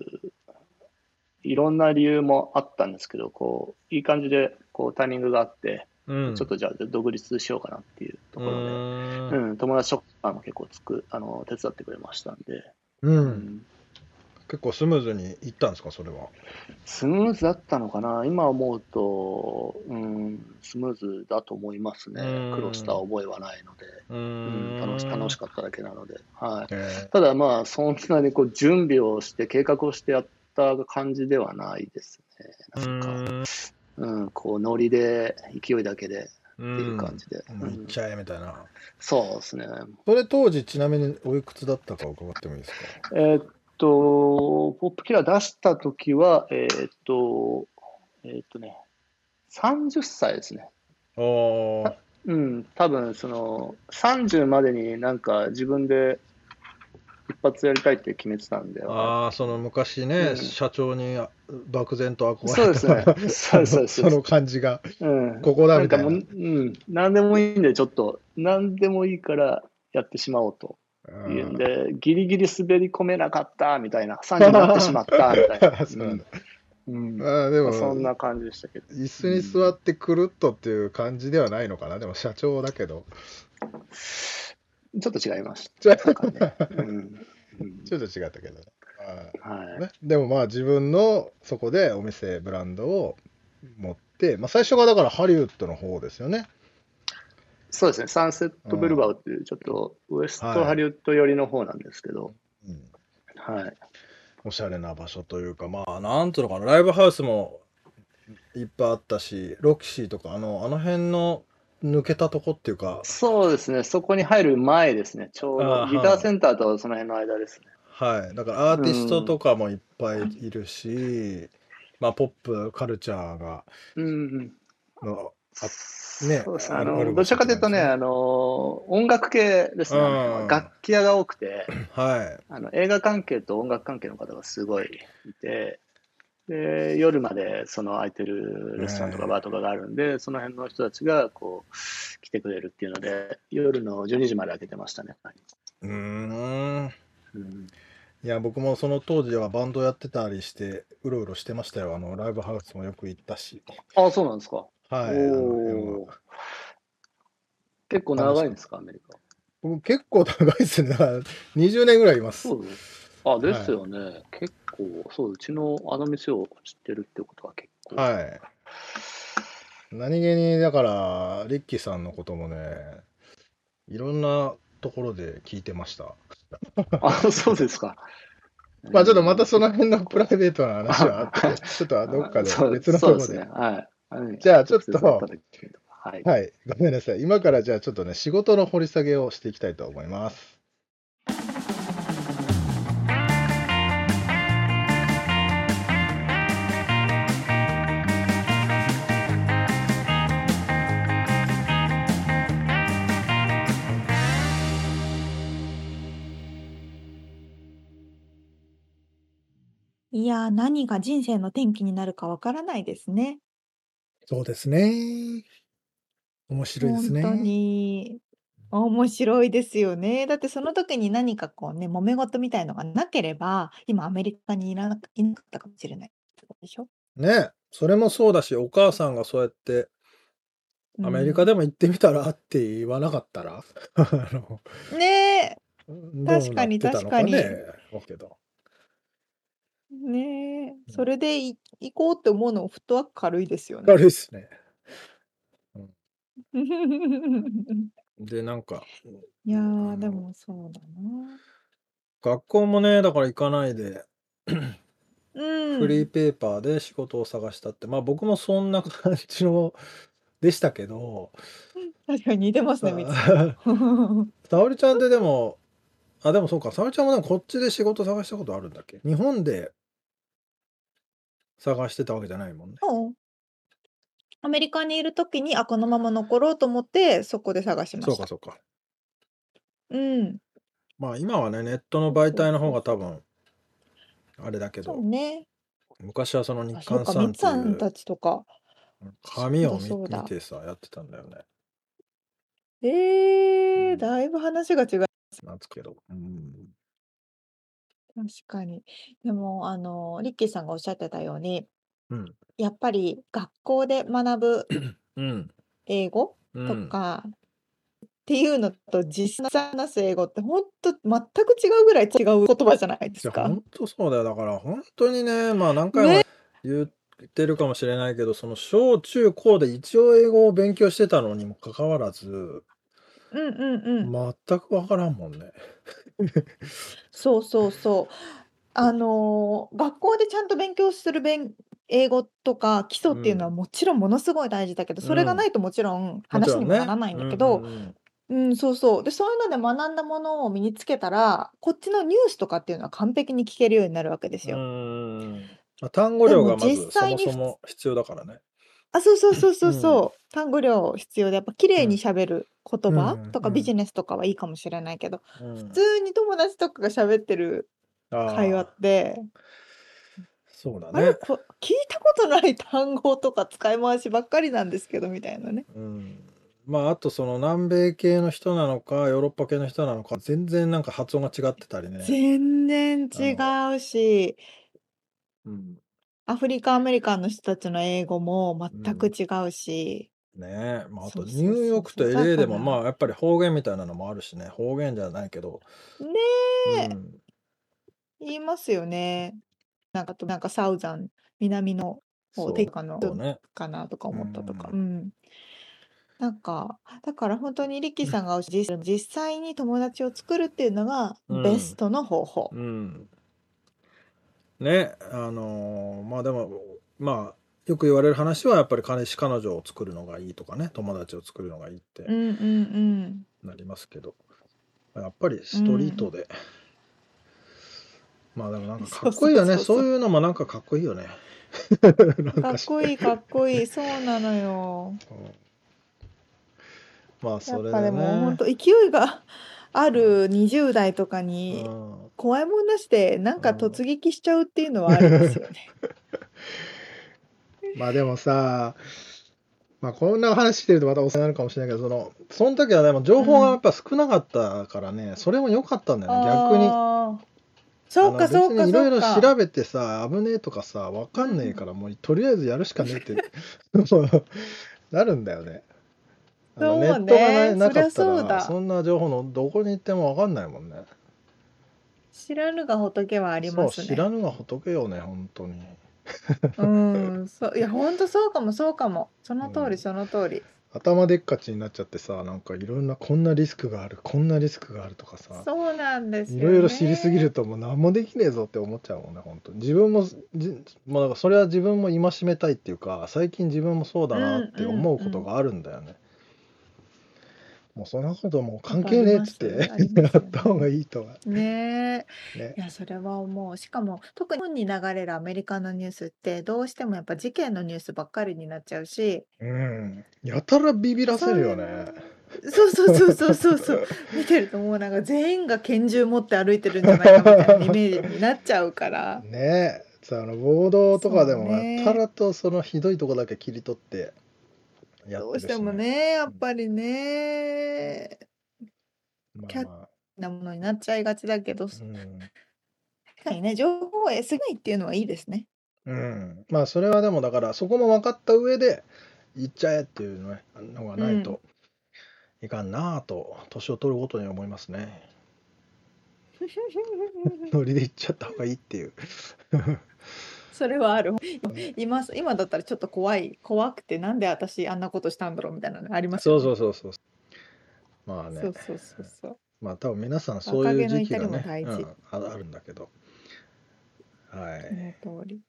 Speaker 4: いろんな理由もあったんですけど、こう、いい感じで、こう、タイミングがあって、
Speaker 3: うん。
Speaker 4: ちょっとじゃあ独立しようかなっていうと
Speaker 3: う
Speaker 4: ころで、
Speaker 3: ーん。
Speaker 4: うん、友達とかも結構つく、あの、手伝ってくれましたんで、
Speaker 3: う。
Speaker 4: うんん
Speaker 3: 結構スムーズにいったんですか、それは。
Speaker 4: スムーズだったのかな、今思うと、うん、スムーズだと思いますね
Speaker 3: うん。
Speaker 4: 苦労した覚えはないので、
Speaker 3: う
Speaker 4: うん、
Speaker 3: ーん。
Speaker 4: 楽し楽しかっただけなので、はい。
Speaker 3: え
Speaker 4: ただまあ、そんなにこう準備をして、計画をしてやった感じではないですね。なんか、
Speaker 3: ー
Speaker 4: うん、こう、ノリで、勢いだけで
Speaker 3: う。
Speaker 4: っていうん感じで。
Speaker 3: もう
Speaker 4: う
Speaker 3: 行っ
Speaker 4: ん
Speaker 3: ちゃえみたいな。
Speaker 4: そうですね。
Speaker 3: それ当時、ちなみにおいくつだったか伺ってもいいですか
Speaker 4: えーっと、ポップキラー出した時は、えーっと、えーっとね、30歳ですね。
Speaker 3: おー。
Speaker 4: うん、多分その30までになんか自分で一発やりたいって決めてたんで、
Speaker 3: ああ、その昔ね、
Speaker 4: うん
Speaker 3: 社長にあ漠然と憧れ、
Speaker 4: そうですねそうです、そうで
Speaker 3: *laughs*
Speaker 4: す、
Speaker 3: その感じが、
Speaker 4: うん、
Speaker 3: ここだ
Speaker 4: なん
Speaker 3: みた
Speaker 4: か
Speaker 3: い
Speaker 4: も
Speaker 3: な。
Speaker 4: う、うん、なんでもいいんで、ちょっと、なんでもいいからやってしまおうと
Speaker 3: う
Speaker 4: いう
Speaker 3: ん
Speaker 4: んで、ギリギリ滑り込めなかったみたいな、30になってしまったみたい
Speaker 3: *laughs*
Speaker 4: な、
Speaker 3: そうなんだ
Speaker 4: うん、うん
Speaker 3: ああで
Speaker 4: ま
Speaker 3: も、
Speaker 4: あそんな感じでしたけど、
Speaker 3: 椅子に座ってくるっとっていう感じではないのかな、でも社長だけど、
Speaker 4: ちょっと違いまし
Speaker 3: ちょ
Speaker 4: たかね。うんうん
Speaker 3: ちょっと違ったけどね。ああ
Speaker 4: はい
Speaker 3: ね、でもまあ自分のそこでお店、ブランドを持って、まあ、最初がだからハリウッドの方ですよね。
Speaker 4: そうですね、サンセットブルバウっていう、ちょっとウエストハリウッド寄りの方なんですけど、
Speaker 3: うん、
Speaker 4: はい。
Speaker 3: おしゃれな場所というか、まあなんていうのかな、ライブハウスもいっぱいあったし、ロキシーとか、あのあの辺の抜けたとこっていうか、
Speaker 4: そうですね、そこに入る前ですね、ちょう
Speaker 3: あ
Speaker 4: ど
Speaker 3: ー
Speaker 4: ギターセンターとその辺の間ですね。
Speaker 3: はい、だからアーティストとかもいっぱいいるし、まあ、ポップカルチャーが
Speaker 4: うん、
Speaker 3: のあね
Speaker 4: そうです
Speaker 3: あ
Speaker 4: ね、あ
Speaker 3: ある
Speaker 4: の、どちらかというとね、
Speaker 3: 場所
Speaker 4: あの、音楽系ですね、あ
Speaker 3: うん
Speaker 4: の楽器屋が多くて、
Speaker 3: はい、
Speaker 4: あの、映画関係と音楽関係の方がすごいいて、で、夜までその空いてるレストランとかバーとかがあるんで、その辺の人たちがこう、来てくれるっていうので、夜の12時まで開けてましたね。
Speaker 3: うーん
Speaker 4: うん
Speaker 3: いや僕もその当時はバンドやってたりしてうろうろしてましたよあのライブハウスもよく行ったし
Speaker 4: あ、そうなんですか。
Speaker 3: はいあの
Speaker 4: お
Speaker 3: 辺
Speaker 4: お
Speaker 3: は。
Speaker 4: 結構長いんですか、アメリカ。
Speaker 3: 僕結構長いですねだから20年ぐらいいます
Speaker 4: そうです。あ、ですよね。結構、そう、うちのあの店を知ってるってことは結構。
Speaker 3: はい何気にだからリッキーさんのこともねいろんなところで聞いてました
Speaker 4: あ、そうですか。
Speaker 3: まあちょっとまたそ
Speaker 4: の
Speaker 3: の辺のプライベートな話はあ
Speaker 4: *laughs*
Speaker 3: って、ちょっとどっかで別のとこ
Speaker 4: そう
Speaker 3: ろ
Speaker 4: で
Speaker 3: です
Speaker 4: ね。はいはい。
Speaker 3: じゃあちょっと
Speaker 4: 直接会った時とかはい。
Speaker 3: はい、ごめんなさい。今からじゃあちょっとね、仕事の掘り下げをしていきたいと思います。
Speaker 5: いやー、何が人生の転機になるかわからないですね。
Speaker 3: そうですね。面白いです
Speaker 5: 本
Speaker 3: ね。
Speaker 5: 当に面白いですよね。だってその時に何かこうね、揉め事みたいのがなければ、今アメリカにいらなかいなかったかもしれないってことでしょ。
Speaker 3: ね、それもそうだし、お母さんがそうやって、
Speaker 5: うん
Speaker 3: アメリカでも行ってみたらって言わなかったら、 *laughs* あの
Speaker 5: ね
Speaker 3: どうなってたのか
Speaker 5: 確かに
Speaker 3: ね
Speaker 5: 確。
Speaker 3: 思うけど。
Speaker 5: え、ねえ、それでい行こうって思うのもフットワーク軽いですよね。
Speaker 3: 悪いっすね。で、なんか、
Speaker 5: *laughs* いや
Speaker 3: あ
Speaker 5: ー、で
Speaker 3: の
Speaker 5: もそうだな。
Speaker 3: 学校もね、だから行かないで、
Speaker 5: う
Speaker 3: フリ
Speaker 5: ん
Speaker 3: ー。ペーパーで仕事を探したって、まあ僕もそんな感じのでしたけど、 *laughs*
Speaker 5: 確かに似てますね、みつさん。
Speaker 3: 沙織ちゃんってでもあ、でもそうか。サメちゃんもでもこっちで仕事探したことあるんだっけ日本で探してたわけじゃないもんね。
Speaker 1: そうアメリカにいる時にあこのまま残ろうと思ってそこで探しま
Speaker 3: そう
Speaker 1: し
Speaker 3: か
Speaker 1: た。
Speaker 3: そうか。
Speaker 1: うん、
Speaker 3: まあ今はね、ネットの媒体の方が多分、あれだけ
Speaker 1: そ
Speaker 3: ど
Speaker 1: う、ね。
Speaker 3: 昔はその日
Speaker 1: あ、そう
Speaker 3: 刊
Speaker 1: か、
Speaker 3: さん
Speaker 1: み
Speaker 3: っ
Speaker 1: つ
Speaker 3: てい
Speaker 1: さんた
Speaker 3: う
Speaker 1: ちとか。
Speaker 3: 紙
Speaker 1: そ
Speaker 3: を
Speaker 1: うだそう
Speaker 3: 見
Speaker 1: だ
Speaker 3: 見てさ、やってたんだよね。
Speaker 1: え
Speaker 3: う
Speaker 1: え
Speaker 3: ん
Speaker 1: だいぶ話が違う。
Speaker 3: なんつうけど。うん。
Speaker 1: 確かに。でも、あの、リッキーさんがおっしゃってたように、
Speaker 3: うん。
Speaker 1: やっぱり学校で学ぶ
Speaker 3: うん。
Speaker 1: 英語
Speaker 3: う
Speaker 1: と
Speaker 3: ん。
Speaker 1: かっていうのと実際話す英語って本当全く違うぐらい違う言葉じゃないで
Speaker 3: い
Speaker 1: す
Speaker 3: や、
Speaker 1: か。
Speaker 3: 本当そうだよ。だから、本当にね、まあ何回も
Speaker 1: ね。
Speaker 3: 言ってるかもしれないけど、その小中高で一応英語を勉強してたのにもかかわらず、
Speaker 1: うんうんうん。
Speaker 3: 全くわからんもんね。
Speaker 1: そうそうそう。あのー学校でちゃんと勉強する勉英語とか基礎
Speaker 3: う
Speaker 1: っていうのは
Speaker 3: ん。
Speaker 1: もちろんものすごい大事だけど、それ
Speaker 3: う。
Speaker 1: がなんいともちろん
Speaker 3: もち
Speaker 1: 話
Speaker 3: ろ
Speaker 1: に
Speaker 3: ん
Speaker 1: もな
Speaker 3: ね。
Speaker 1: らないん
Speaker 3: う
Speaker 1: だ
Speaker 3: ん
Speaker 1: け
Speaker 3: う
Speaker 1: ど、
Speaker 3: んうん。
Speaker 1: うん、そうそう。で、そういうので学んだものを身につけたら、こっちのニュースとかっていうのは完璧に聞けるようになるわけです
Speaker 3: う
Speaker 1: よ。
Speaker 3: ん。まあ単語
Speaker 1: で
Speaker 3: 量
Speaker 1: も
Speaker 3: がま
Speaker 1: 実
Speaker 3: ずそ
Speaker 1: 際
Speaker 3: も
Speaker 1: に
Speaker 3: そ
Speaker 1: ふつ
Speaker 3: も必要だからね。。
Speaker 1: あ、そうそうそうそううんそう。単語量必要で、やっぱ綺
Speaker 3: う
Speaker 1: 麗に
Speaker 3: ん。
Speaker 1: 喋る言
Speaker 3: う
Speaker 1: 葉
Speaker 3: ん。
Speaker 1: と
Speaker 3: う
Speaker 1: かビジ
Speaker 3: ん。
Speaker 1: ネスとかはいいかもしれないけど、
Speaker 3: う
Speaker 1: 普
Speaker 3: ん。
Speaker 1: 通に友達とかが喋ってる会話
Speaker 3: あ
Speaker 1: っ
Speaker 3: あ、
Speaker 1: て、
Speaker 3: そうだ
Speaker 1: あれ
Speaker 3: ね。
Speaker 1: こ、聞いたことない単語とか使い回しばっかりなんですけど、みたいなね。
Speaker 3: うん。まあ、あとその南米系の人なのか、ヨーロッパ系の人なのか、全然なんか発音が違ってたりね。
Speaker 1: 全然
Speaker 3: あの、
Speaker 1: 違うし、
Speaker 3: うん。
Speaker 1: アフリカ、アメリカの人たちの英語も
Speaker 3: う
Speaker 1: 全く
Speaker 3: ん。
Speaker 1: 違うし、
Speaker 3: ねえ。まあ、あ
Speaker 1: そ
Speaker 3: と
Speaker 1: う
Speaker 3: ニ
Speaker 1: そ
Speaker 3: ュ
Speaker 1: う
Speaker 3: ーヨ
Speaker 1: そ
Speaker 3: ー
Speaker 1: う
Speaker 3: ク
Speaker 1: そ
Speaker 3: と
Speaker 1: う、だ
Speaker 3: LA で
Speaker 1: か
Speaker 3: も
Speaker 1: ら、
Speaker 3: まあ、やっぱり方言みたいなのもあるしね。方言じゃないけど、
Speaker 1: ね
Speaker 3: う
Speaker 1: え、
Speaker 3: ん。
Speaker 1: 言いますよね。なんかと、なんかサウザン、南の方で
Speaker 3: そ
Speaker 1: かの
Speaker 3: う。そうね。
Speaker 1: かなとか
Speaker 3: う。
Speaker 1: 思ったとか。うんん。なんか、だから本当にリキさんがおっしゃる実際に友達を作るっていうのが
Speaker 3: う
Speaker 1: ベス
Speaker 3: ん。
Speaker 1: トの方法。
Speaker 3: うん。ね、あのーまあでも、まあ、よく言われる話は、やっぱり彼氏、彼女を作るのがいいとかね、友達を作るのがいいって
Speaker 1: うんうん
Speaker 3: なりますけど、やっぱり
Speaker 1: う
Speaker 3: スト
Speaker 1: ん。う
Speaker 3: リート
Speaker 1: ん。
Speaker 3: で、まあでもなんか
Speaker 1: そ
Speaker 3: かっ
Speaker 1: う
Speaker 3: こ
Speaker 1: そ
Speaker 3: いいうよね、
Speaker 1: そう
Speaker 3: そ
Speaker 1: そうう。
Speaker 3: いうのもなんかかっこいいよね。なん
Speaker 1: か
Speaker 3: か
Speaker 1: っ
Speaker 3: し、
Speaker 1: こいいかっこいい。そうなのよ。
Speaker 3: うんまあ
Speaker 1: や
Speaker 3: そ
Speaker 1: っ
Speaker 3: れ
Speaker 1: ぱ
Speaker 3: で
Speaker 1: でも本
Speaker 3: ね、
Speaker 1: 当勢いがある20代とか
Speaker 3: う
Speaker 1: に
Speaker 3: ん、うん、
Speaker 1: 怖いもんなしでなん
Speaker 3: う
Speaker 1: か突
Speaker 3: ん。
Speaker 1: 撃しちゃうっていうのはありますよね。
Speaker 3: まあでもさ、まあこんな話してるとまた遅くなるかもしれないけど、その、その時はでも情
Speaker 1: う
Speaker 3: 報がやっ
Speaker 1: ん。
Speaker 3: ぱ少なかったからね、それも良かったんだよね、逆に。
Speaker 1: ああ、
Speaker 3: あ
Speaker 1: そう
Speaker 3: の
Speaker 1: かそ
Speaker 3: 別
Speaker 1: う
Speaker 3: に
Speaker 1: かそ
Speaker 3: いろいうろ
Speaker 1: か。
Speaker 3: 調べてさ、危ねえとかさ、わ
Speaker 1: う
Speaker 3: かんねえか
Speaker 1: ん。
Speaker 3: らもうとりあえずやるしかねえって *laughs* もうなるんだよね。あのネ
Speaker 1: そ
Speaker 3: ッ
Speaker 1: う
Speaker 3: トがな
Speaker 1: ね。
Speaker 3: い、な
Speaker 1: そ
Speaker 3: か
Speaker 1: り
Speaker 3: っ
Speaker 1: ゃ
Speaker 3: た
Speaker 1: そう
Speaker 3: ら、
Speaker 1: だ。
Speaker 3: そんな情報のどこに行ってもわかんないもんね。
Speaker 1: 知らぬが仏はありま
Speaker 3: そう、
Speaker 1: す
Speaker 3: 知ら
Speaker 1: ね。
Speaker 3: ぬが仏よね、本当に。
Speaker 1: うん、そう、いや、ほんとそうかも、そうかも。そうの通り、
Speaker 3: ん。
Speaker 1: その通り。
Speaker 3: 頭でっかちになっちゃってさ、なんかいろんな、こんなリスクがある、こんなリスクがあるとかさ、
Speaker 1: そうなんで
Speaker 3: い
Speaker 1: す
Speaker 3: ろ
Speaker 1: よ
Speaker 3: いろ知りすぎ
Speaker 1: ね。
Speaker 3: るともう何もできねえぞって思っちゃうもんね、本当に。自分も、じ、まあ、だからそれは自分も戒めたいっていうか、最近自分もそうだ
Speaker 1: う
Speaker 3: なっ
Speaker 1: ん、
Speaker 3: て
Speaker 1: うん、
Speaker 3: 思う
Speaker 1: う
Speaker 3: こと
Speaker 1: ん。
Speaker 3: があるんだよね。もうそんなこともう
Speaker 1: 本
Speaker 3: 関
Speaker 1: 当あ
Speaker 3: 係
Speaker 1: り
Speaker 3: ねえっ
Speaker 1: ま
Speaker 3: つっ
Speaker 1: す、あり
Speaker 3: て
Speaker 1: ま
Speaker 3: *laughs* や
Speaker 1: す
Speaker 3: っ
Speaker 1: よ
Speaker 3: た方が
Speaker 1: ね。
Speaker 3: いいとは。
Speaker 1: ねえ。
Speaker 3: ね。
Speaker 1: いや、それは思う。しかも、特に日本に流れるアメリカのニュースって、どうしてもやっぱ事件のニュースばっかりになっちゃうし、
Speaker 3: うん。やたらビビらせ
Speaker 1: そう
Speaker 3: る
Speaker 1: い
Speaker 3: よ
Speaker 1: う
Speaker 3: ね。
Speaker 1: の、そうそうそうそうそうそう、
Speaker 3: *laughs*
Speaker 1: 見てるともうなんか全員が拳銃持って歩いてるんじゃないかみたいなイメージになっちゃうから、
Speaker 3: ねえ。さあの暴動とかで
Speaker 1: そう
Speaker 3: もやた
Speaker 1: ね。
Speaker 3: らとそのひどいとこだけ切り取ってやっ
Speaker 1: ど
Speaker 3: て
Speaker 1: うし
Speaker 3: る
Speaker 1: て
Speaker 3: し
Speaker 1: も
Speaker 3: ね。
Speaker 1: ね、や
Speaker 3: う
Speaker 1: っ
Speaker 3: ん
Speaker 1: ぱりね、
Speaker 3: まあ
Speaker 1: キャッチ
Speaker 3: まあ。
Speaker 1: ーなものになっちゃいがちだけど、
Speaker 3: う
Speaker 1: 確
Speaker 3: ん。
Speaker 1: かにね、情報を得すぎないっていうのはいいですね。
Speaker 3: うん。まあそれはでもだからそこも分かった上で行っちゃえっていうのねのが
Speaker 1: う
Speaker 3: ない
Speaker 1: ん。
Speaker 3: といかんなぁと年を取るごとに思いますね。ノリで行っちゃった方がいいっていう。
Speaker 1: それはある。
Speaker 3: ね。
Speaker 1: *laughs* 今、今だったらちょっと怖い、怖くて、なんで私あんなことしたんだろうみたいなのありますよ
Speaker 3: そうそ
Speaker 1: ね。
Speaker 3: うそうそう。まあ
Speaker 1: そ
Speaker 3: ね。
Speaker 1: うそうそうそう。
Speaker 3: まあ多分皆さんそう
Speaker 1: 若
Speaker 3: いう
Speaker 1: 気の
Speaker 3: 時期
Speaker 1: 至り
Speaker 3: が
Speaker 1: も
Speaker 3: ね、
Speaker 1: 大
Speaker 3: うん、
Speaker 1: 事。
Speaker 3: あ、あるんだけど。は
Speaker 1: その
Speaker 3: い。
Speaker 1: 通り。え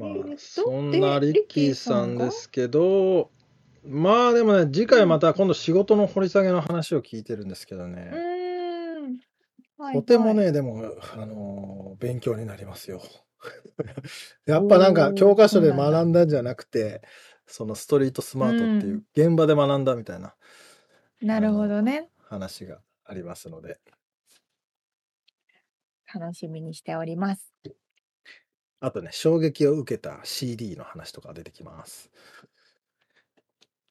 Speaker 3: まあ、
Speaker 1: ーっと、
Speaker 3: そんな
Speaker 1: で、
Speaker 3: リッ
Speaker 1: リッ
Speaker 3: キ
Speaker 1: キ
Speaker 3: ー
Speaker 1: ーさ
Speaker 3: さ
Speaker 1: ん
Speaker 3: ん
Speaker 1: が、
Speaker 3: ですけど、まあでもね、次
Speaker 1: う
Speaker 3: 回ま
Speaker 1: ん、
Speaker 3: た今度仕事の掘り下げの話を聞いてるんですけど
Speaker 1: う
Speaker 3: ね。
Speaker 1: ーん。
Speaker 5: はい
Speaker 3: とて
Speaker 5: は
Speaker 3: も
Speaker 5: い
Speaker 3: ね、でも、あのー勉強になりますよ。 *laughs* やっぱなんか教科書で
Speaker 5: そうなんだ
Speaker 3: 学んだんじゃなくて、そのストリートスマートっていう現場で学んだみたいな
Speaker 5: なるほどね。
Speaker 3: 話がありますので、
Speaker 5: 楽しみにしております。
Speaker 3: あとね、衝撃を受けた CD の話とか出てきます。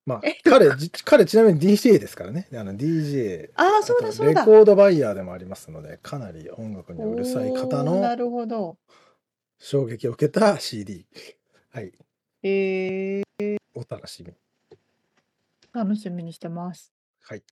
Speaker 3: まあ、彼、じ彼ちなみに DJ ですからね。あの DJ、
Speaker 5: ああ、
Speaker 3: あ
Speaker 5: そうだ
Speaker 3: と
Speaker 5: そう
Speaker 3: レ
Speaker 5: だ。
Speaker 3: コードバイヤーでもありますので、かなり音楽にうるさい方
Speaker 5: おーな
Speaker 3: の
Speaker 5: るほど。
Speaker 3: 衝撃を受けた CD。はい、
Speaker 5: えー、
Speaker 3: お楽しみ。
Speaker 5: 楽しみにしてます。
Speaker 3: はい。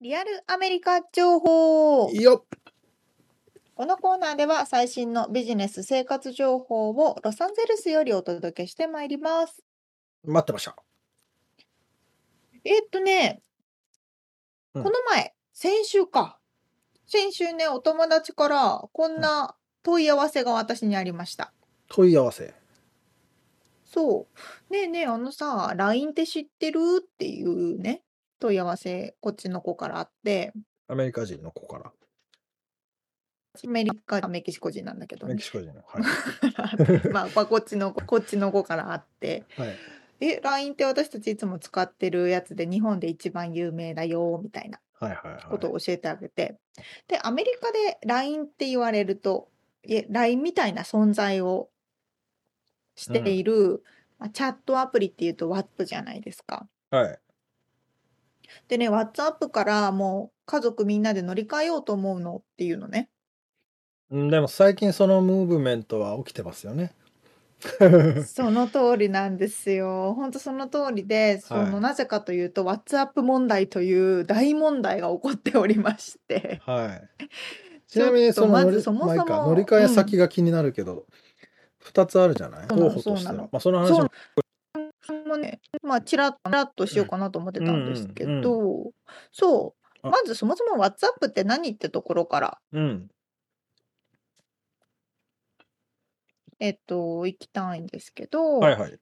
Speaker 5: リアルアメリカ情報
Speaker 3: いいよ
Speaker 5: このコーナーでは最新のビジネス生活情報をロサンゼルスよりお届けしてまいります。
Speaker 3: 待ってました。
Speaker 5: えーっとね、
Speaker 3: うん
Speaker 5: この前、先週か。先週ね、お友達からこんな問い合わせが私にありました。
Speaker 3: 問い合わせ。
Speaker 5: そう。ねえねえ、あのさ、LINE って知ってるっていうね、問い合わせ、こっちの子からあって、
Speaker 3: アメリカ人の子か
Speaker 5: アメリカ、メキシコ人なんだけど
Speaker 3: ら。メ *laughs*
Speaker 5: ね
Speaker 3: キ。シコ人の。はい。
Speaker 5: まあ、まあこっちの子、こっちの子からあって、
Speaker 3: はい。
Speaker 5: え、LINE って私たちいつも使ってるやつで日本で一番有名だよ、みたいな
Speaker 3: はいはい
Speaker 5: こ
Speaker 3: は
Speaker 5: とを教えてあげて。で、アメリカで LINE って言われると、いえ LINE みたいな存在をしている、まあ、チャットアプリっていうと WhatsApp じゃないですか。
Speaker 3: い。はい。
Speaker 5: でね、WhatsApp からもう家族みんなで乗り換えようと思うのっていうのね。
Speaker 3: うんでも最近そのムーブメントは起きてますよね。
Speaker 5: *laughs* その通りなんですよ。本当その通りで、そのなぜかというと、WhatsApp 問題という大問題が起こっておりまして。
Speaker 3: はい。
Speaker 5: *laughs*
Speaker 3: ちなみにその乗
Speaker 5: ま
Speaker 3: り
Speaker 5: ずそもそも
Speaker 3: まあいいか乗り換え先が気になるけど、二つあるじゃない
Speaker 5: そうなの
Speaker 3: 候補とし
Speaker 5: そう
Speaker 3: て
Speaker 5: な
Speaker 3: は
Speaker 5: の。
Speaker 3: まあその話
Speaker 5: そう
Speaker 3: も
Speaker 5: もね、まあ、ちらっとちらっとしようかなと思ってたんですけ
Speaker 3: うん
Speaker 5: ど、そう、
Speaker 3: あ
Speaker 5: まずそもそも WhatsApp って何ってところから、
Speaker 3: うん。
Speaker 5: えっと、行きたいんですけど、
Speaker 3: はいはい。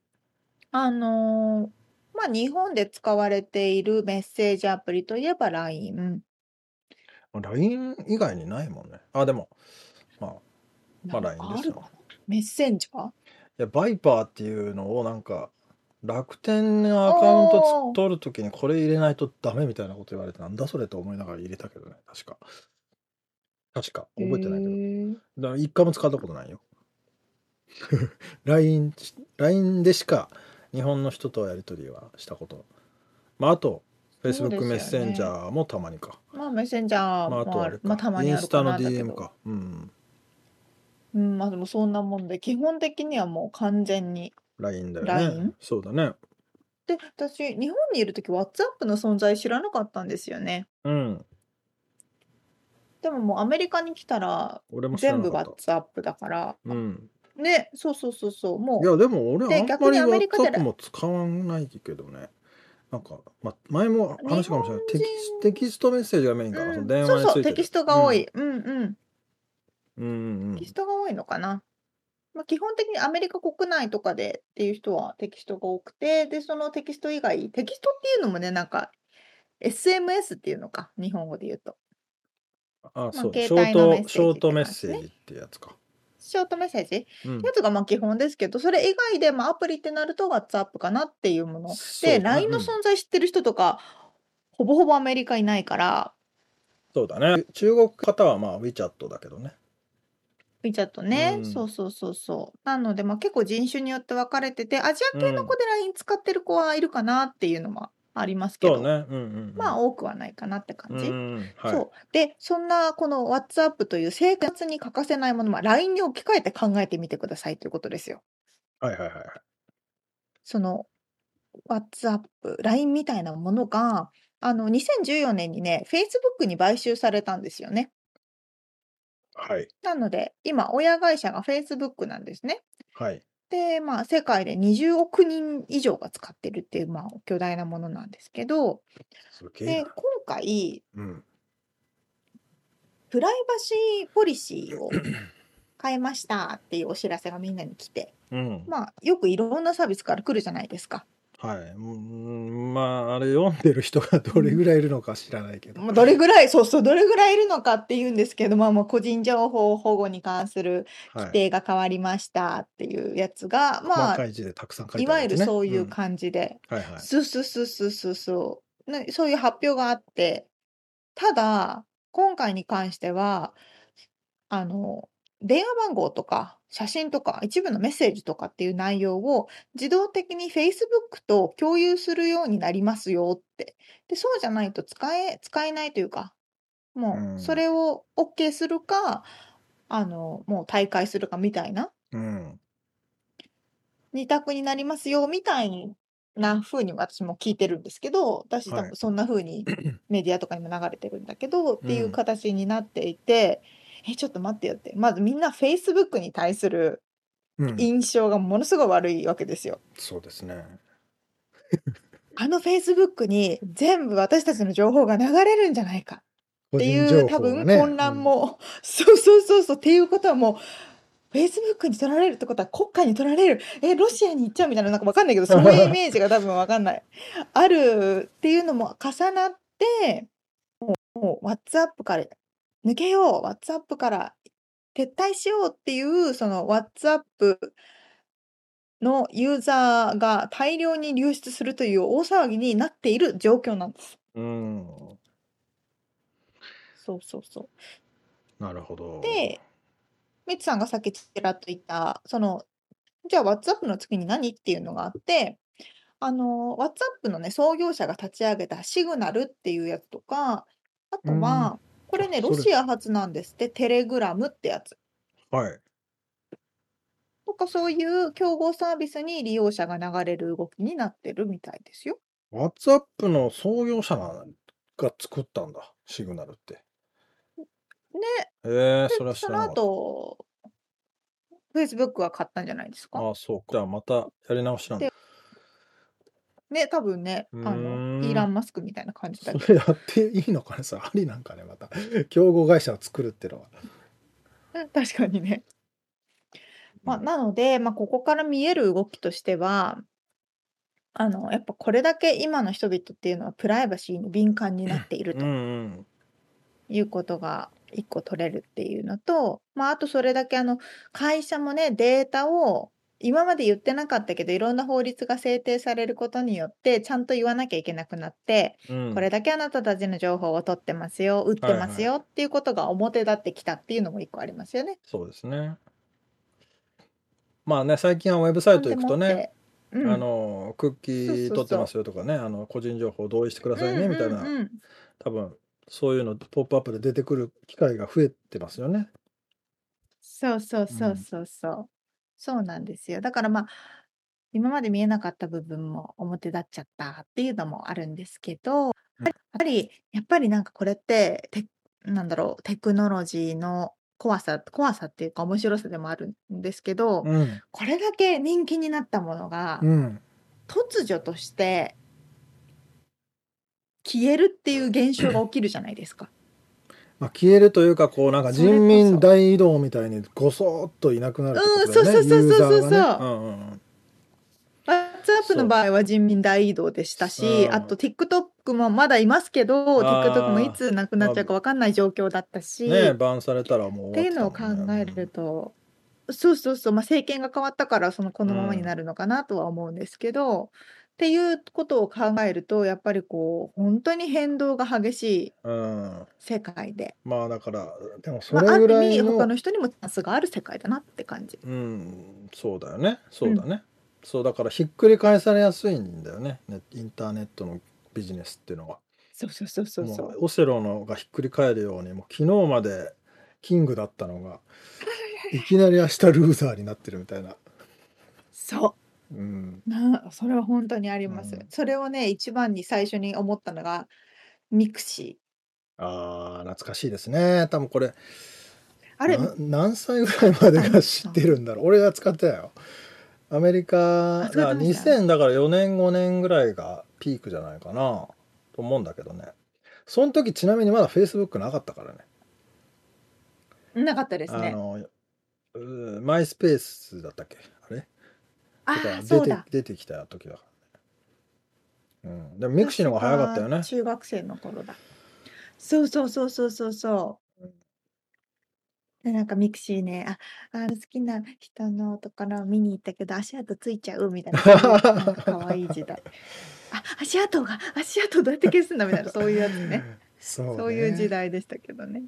Speaker 5: あのーまあ、日本で使われているメッセージアプリといえば LINE。
Speaker 3: LINE 以外にないもんね。あ、でも、まあ、まあ
Speaker 5: なんか
Speaker 3: LINE で
Speaker 5: あ
Speaker 3: す
Speaker 5: る
Speaker 3: よ。
Speaker 5: メッセンジャー
Speaker 3: いや、バイパーっていうのをなんか、楽天のアカウント
Speaker 5: おー
Speaker 3: つ取るときにこれ入れないとダメみたいなこと言われて、なんだそれと思いながら入れたけどね、確か。確か、覚えてないけど。だから一回も使ったことないよ。LINE、LINE でしか日本の人とやり取りはしたこと。まあ、あと、
Speaker 5: そうですよ
Speaker 3: Facebook
Speaker 5: ね
Speaker 3: メッセンジャーもたまにか。
Speaker 5: まあ、メッセンジャー
Speaker 3: まあ、あと
Speaker 5: も
Speaker 3: は
Speaker 5: あ
Speaker 3: あれ
Speaker 5: る、
Speaker 3: か。
Speaker 5: まあ、たま
Speaker 3: イ
Speaker 5: に
Speaker 3: ン
Speaker 5: あ
Speaker 3: ス
Speaker 5: る
Speaker 3: タ
Speaker 5: か
Speaker 3: の
Speaker 5: なだけ
Speaker 3: DM
Speaker 5: ど。
Speaker 3: か。うん。
Speaker 5: うん、まあ、でもそんなもんで、基本的にはもう完全に
Speaker 3: LINE だよね。
Speaker 5: LINE？
Speaker 3: そうだね。
Speaker 5: で、私、日本にいるとき、WhatsApp の存在知らなかったんですよね。
Speaker 3: うん。
Speaker 5: でももうアメリカに来たら、
Speaker 3: 俺も知ら
Speaker 5: 全
Speaker 3: な
Speaker 5: 部
Speaker 3: かった。
Speaker 5: WhatsApp だから。
Speaker 3: うん。
Speaker 5: ね、そうそうそうそう、も。
Speaker 3: いうやでも俺
Speaker 5: で
Speaker 3: あん
Speaker 5: 逆にア
Speaker 3: ま
Speaker 5: メ
Speaker 3: り
Speaker 5: リカで
Speaker 3: WhatsApp も使わないけどねなんか、まあ、前も話したかもしれないテキ
Speaker 5: 日本
Speaker 3: ス
Speaker 5: 人
Speaker 3: テキストメッセージがメインかな、
Speaker 5: う
Speaker 3: その
Speaker 5: ん、
Speaker 3: 電話
Speaker 5: そう
Speaker 3: につい
Speaker 5: そう、
Speaker 3: て
Speaker 5: テ
Speaker 3: る
Speaker 5: キストが多い。うんうん。
Speaker 3: うんうんうん
Speaker 5: テキストが多いのかな。まあ、基本的にアメリカ国内とかでっていう人はテキストが多くて、で、そのテキスト以外、テキストっていうのもね、なんか、SMS っていうのか、日本語で言うと。
Speaker 3: あそうシ
Speaker 5: 携
Speaker 3: ョー
Speaker 5: 帯のメッセー
Speaker 3: ト
Speaker 5: ジ
Speaker 3: ショートメ
Speaker 5: って感
Speaker 3: ッ
Speaker 5: じ
Speaker 3: セ
Speaker 5: ね
Speaker 3: ージってやつか、
Speaker 5: ショートメッセージ
Speaker 3: うん
Speaker 5: やつがまあ基本ですけど、それ以外でまあアプリってなると WhatsApp かなっていうもの。
Speaker 3: そうだ
Speaker 5: で、
Speaker 3: ね
Speaker 5: LINE の
Speaker 3: うん
Speaker 5: 存在知ってる人とか、ほぼほぼアメリカいないから、
Speaker 3: そうだね中国方はまあ WeChat だけどね
Speaker 5: 見ちゃうとね、
Speaker 3: うん
Speaker 5: そうそうそうそう。なので、まあ結構人種によって分かれてて、アジア系の子で LINE 使ってる子はいるかなっていうのもありますけ
Speaker 3: そ
Speaker 5: ど、
Speaker 3: うねうんうんうん
Speaker 5: まあ多くはないかなって感
Speaker 3: うん
Speaker 5: じ。
Speaker 3: うんはい
Speaker 5: そうでそんなこの WhatsApp という生活に欠かせないもの、まあ、LINE に置き換えて考えてみてくださいということですよ。
Speaker 3: はいはいはい
Speaker 5: その WhatsApp、LINE みたいなものが、あの2014年にね、Facebook に買収されたんですよね。
Speaker 3: はい
Speaker 5: なので、今、親会社が Facebook なんですね。
Speaker 3: はい
Speaker 5: で、まあ、世界で20億人以上が使ってるっていう、まあ、巨大なものなんですけど、
Speaker 3: すげえ
Speaker 5: で、
Speaker 3: な。
Speaker 5: 今回、
Speaker 3: うん。
Speaker 5: プライバシーポリシーを変えましたっていうお知らせがみんなに来て、
Speaker 3: うん。
Speaker 5: まあ、よくいろんなサービスから来るじゃないですか。
Speaker 3: はい。うんまあ、あれ読んでる人がどれぐらいいるのか知らないけど。
Speaker 5: まあ、どれぐらい、そうそう、どれぐらいいるのかっていうんですけど、まあ、もう個人情報保護に関する
Speaker 3: は
Speaker 5: 規
Speaker 3: い。
Speaker 5: 定が変わりましたっていうやつが、ま
Speaker 3: 細
Speaker 5: あ、
Speaker 3: かい字でたくさん書い
Speaker 5: い
Speaker 3: てあ
Speaker 5: わ
Speaker 3: る
Speaker 5: ゆ
Speaker 3: んで
Speaker 5: る
Speaker 3: すね。
Speaker 5: そういう
Speaker 3: うん
Speaker 5: 感じで、
Speaker 3: はいはい。
Speaker 5: すすすすすそう、ね、そういう発表があって、ただ、今回に関しては、あの、電話番号とか、写真とか、一部のメッセージとかっていう内容を自動的に Facebook と共有するようになりますよって。で、そうじゃないと使え、使えないというか、も
Speaker 3: う
Speaker 5: う、
Speaker 3: ん
Speaker 5: それを OK するか、あの、もう退会するかみたいな、
Speaker 3: うん。
Speaker 5: 二択になりますよ、みたいな風に私も聞いてるんですけど、私多
Speaker 3: はい
Speaker 5: 分そんな風
Speaker 3: *clears throat*
Speaker 5: にメディアとかにも流れてるんだけど、っていううん形になっていて、え、ちょっと待ってよって。まずみんな Facebook に対する
Speaker 3: うん。
Speaker 5: 印象がものすごい悪いわけですよ。
Speaker 3: そうですね。
Speaker 5: あの Facebook に全部私たちの情報が流れるんじゃないか
Speaker 3: 個
Speaker 5: って
Speaker 3: 人
Speaker 5: いう
Speaker 3: 情
Speaker 5: 多
Speaker 3: 報が
Speaker 5: 分
Speaker 3: ね。
Speaker 5: 混乱も、そうそうそうそうっていうことはもう Facebook に取られるってことは国家に取られるえロシアに行っちゃうみたいななんかわかんない
Speaker 3: *laughs*
Speaker 5: けどそういうイメージが多分わかんないあるっていうのも重なってもうもう WhatsApp から抜けよう WhatsApp から撤退しようっていうその WhatsApp のユーザーが大量に流出するという大騒ぎになっている状況なんです。
Speaker 3: うん。うん
Speaker 5: そうそうそう。
Speaker 3: なるほど。
Speaker 5: で、ミツさんがさっきちらっと言った、その、じゃあ WhatsApp の次に何っていうのがあって、あの、WhatsApp のね、創業者が立ち上げたシグナルっていうやつとか、あと
Speaker 3: う
Speaker 5: は、これ
Speaker 3: あ
Speaker 5: ね、
Speaker 3: そ
Speaker 5: ロ
Speaker 3: れ
Speaker 5: シア発なんですって、テレグラムってやつ。
Speaker 3: はい。
Speaker 5: とか、そういう競合サービスに利用者が流れる動きになってるみたいですよ。
Speaker 3: WhatsApp の創業者なんが作ったんだ。シグナルって。
Speaker 5: ね、
Speaker 3: ええそれは知
Speaker 5: その
Speaker 3: らなかった。
Speaker 5: 後、Facebook は買ったんじゃないですか。
Speaker 3: ああ、そうか。じゃあまたやり直しなんだ。
Speaker 5: ね、多分ね、あ
Speaker 3: うー
Speaker 5: の、
Speaker 3: ん
Speaker 5: イーラン・マスクみたいな感じだ
Speaker 3: そ
Speaker 5: けど。
Speaker 3: *laughs* れやっていいのかねさ、ありなんかね、また。競合会社を作るってのは。
Speaker 5: うん確かにね。まあ、
Speaker 3: うん
Speaker 5: なので、まあ、ここから見える動きとしてはあのやっぱこれだけ今の人々っていうのはプライバシーに敏感になっている
Speaker 3: う
Speaker 5: と
Speaker 3: ん
Speaker 5: いうことが一個取れるっていうのと、まあ、あとそれだけあの会社もねデータを今まで言ってなかったけどいろんな法律が制定されることによってちゃんと言わなきゃいけなくなって
Speaker 3: うん。うん
Speaker 5: これだけあなたたちの情報を取ってますよ売ってますよっていうことが表立ってきたっていうのも一個ありますよね。
Speaker 3: そうですね。まあね、最近はウェブサイト行くと
Speaker 5: なんで
Speaker 3: ね、
Speaker 5: もって、うん
Speaker 3: あの、クッキ
Speaker 5: そうそう
Speaker 3: ー
Speaker 5: そう
Speaker 3: 取ってますよとかね、あの、個人情報同意してくださいね、みたい
Speaker 5: うんうん
Speaker 3: な、
Speaker 5: うん
Speaker 3: 多分、そういうの、ポップアップで出てくる機会が増えてますよね。
Speaker 5: そうそうそううんそうそう、そうなんですよだからまあ今まで見えなかった部分も表立っちゃったっていうのもあるんですけどやっぱりやっぱりなんかこれってテなんだろうテクノロジーの怖さ怖さっていうか面白さでもあるんですけど、
Speaker 3: うん。
Speaker 5: これだけ人気になったものが、
Speaker 3: うん。
Speaker 5: 突如として消えるっていう現象が起きるじゃないですか。
Speaker 3: まあ、消えるというか、こう、なんか
Speaker 5: それこそ
Speaker 3: 人民大移動みたいに、ごそーっといなくなるってことだ
Speaker 5: う
Speaker 3: よね。
Speaker 5: んそうそうそうそうそうそう
Speaker 3: ユーザーがねうんうんうん。
Speaker 5: WhatsApp の場合は人民大移動でしたし、
Speaker 3: うん
Speaker 5: あと TikTok もまだいますけど、
Speaker 3: あー
Speaker 5: TikTok もいつなくなっちゃうかわかんない状況だったし、
Speaker 3: ね
Speaker 5: っ
Speaker 3: バンされたらもう
Speaker 5: て
Speaker 3: 終
Speaker 5: いうの
Speaker 3: わ
Speaker 5: を
Speaker 3: っ
Speaker 5: 考
Speaker 3: たもんね
Speaker 5: えると、そうそうそう、まあ、政権が変わったからそのこのままになるのかなとは思うんですけど、っていうことを考えると、やっぱりこう、本当に変動が激しい
Speaker 3: うん、うん
Speaker 5: 世界で、
Speaker 3: まあだからでもそ
Speaker 5: ま
Speaker 3: れ
Speaker 5: あ、あ
Speaker 3: ぐ
Speaker 5: る
Speaker 3: ら
Speaker 5: 意
Speaker 3: い
Speaker 5: 味
Speaker 3: の,、
Speaker 5: 他の人にもチャンスがある世界だなって感じ。
Speaker 3: うんそうだよねそうだね、そうだからひっくり返されやすいんだよねねインターネットのビジネスっていうのは
Speaker 5: そうそうそうそうそ
Speaker 3: もう
Speaker 5: う。
Speaker 3: オセロのがひっくり返るようにもう昨日までキングだったのがいきなり明日ルーザーになってるみたいな、
Speaker 5: そう。
Speaker 3: うん、
Speaker 5: な、 *laughs* それは本当にあります。
Speaker 3: うん
Speaker 5: それをね、一番に最初に思ったのが、ミクシ
Speaker 3: あー懐かしいですね多分これ
Speaker 5: ー。あれ、
Speaker 3: な何歳ぐらいまでが知ってるんだろう俺が使ってたよアメリカ、
Speaker 5: あそうだ
Speaker 3: あ
Speaker 5: そうでした
Speaker 3: 2000だから4年5年ぐらいがピークじゃないかなと思うんだけどね。その時ちなみにまだ Facebook なかったからね。
Speaker 5: なかったです
Speaker 3: あ
Speaker 5: ね。
Speaker 3: の、うーマイスペースだったっけあれ
Speaker 5: あ
Speaker 3: だから
Speaker 5: あ、
Speaker 3: 出
Speaker 5: そう
Speaker 3: て
Speaker 5: だ。
Speaker 3: 出てきた時だからね。うん。でもミクシーの方が早かったよね
Speaker 5: 私が。中学生の頃だ。そうそうそうそうそうそう。でなんかミクシーね、あ、あの好きな人のところを見に行ったけど足跡ついちゃうみたい
Speaker 3: *laughs*
Speaker 5: な、そういうなんか可愛い時代。あ、 *laughs* 足跡が、足跡どうやって消すんだみたいな、そういうやつね。
Speaker 3: そうね
Speaker 5: そういう時。代でしたけどね。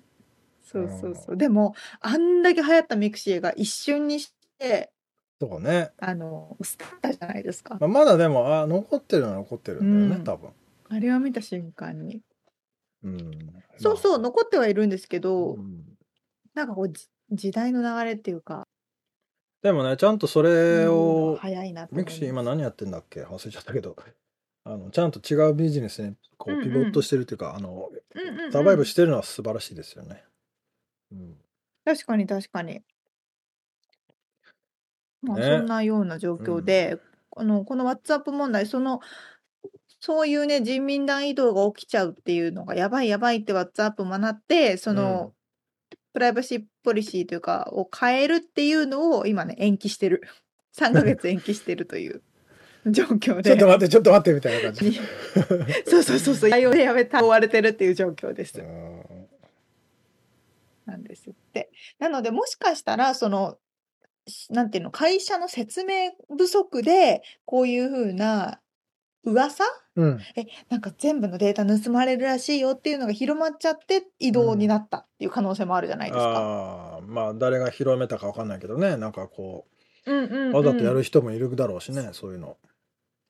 Speaker 5: そうそうそう。でも、あんだけ流行ったミクシーが一瞬にして、
Speaker 3: そうね。
Speaker 5: あの、捨てたじゃないですか。
Speaker 3: まあ、まだでも、あ残ってるのは残ってるんだ
Speaker 5: う
Speaker 3: よ
Speaker 5: ん
Speaker 3: ね、多分。
Speaker 5: あれを見た瞬間に。
Speaker 3: うん。
Speaker 5: そうそう、
Speaker 3: まあ
Speaker 5: 残ってはいるんですけど、
Speaker 3: うん
Speaker 5: なんかこう、じ時代の流れっていうか、
Speaker 3: でもね、ちゃんとそれを、
Speaker 5: 早いなと思
Speaker 3: ミ
Speaker 5: い
Speaker 3: ク
Speaker 5: ます
Speaker 3: シー今何やってんだっけ忘れちゃったけど、あの、ちゃんと違うビジネスに、こ
Speaker 5: うんう
Speaker 3: う、
Speaker 5: ん
Speaker 3: ピボットしてるっていうか、あの、
Speaker 5: うんうんうん
Speaker 3: サバイブしてるのは素晴らしいですよね。うん。
Speaker 5: 確かに確かに。まあ、
Speaker 3: ね
Speaker 5: そんなような状況で、あのこの WhatsApp 問題、その、そういうね、人民団移動が起きちゃうっていうのが、やばいやばいって WhatsApp もなって、その、プライバシーポリシーというか、を変えるっていうのを今ね、延期してる。3ヶ *laughs* 月延期してるという状況で。
Speaker 3: *laughs* ちょっと待って、ちょっと待って、みたいな
Speaker 5: *laughs*
Speaker 3: 感じ。
Speaker 5: そうそうそうそう、対応でやめた、追われてるっていう状況です。
Speaker 3: うん
Speaker 5: なんですって。なので、もしかしたら、その、しなんていうの、会社の説明不足で、こういうふうな噂
Speaker 3: うん。
Speaker 5: え、なんか全部のデータ盗まれるらしいよっていうのが広まっちゃって、移動になったっていう可能性もあるじゃないですか。
Speaker 3: ああ、まあ、誰が広めたかわかんないけどね、なんかこ
Speaker 5: うんうんう
Speaker 3: う、
Speaker 5: ん
Speaker 3: わざとやる人もいるだろうしね、そういうの。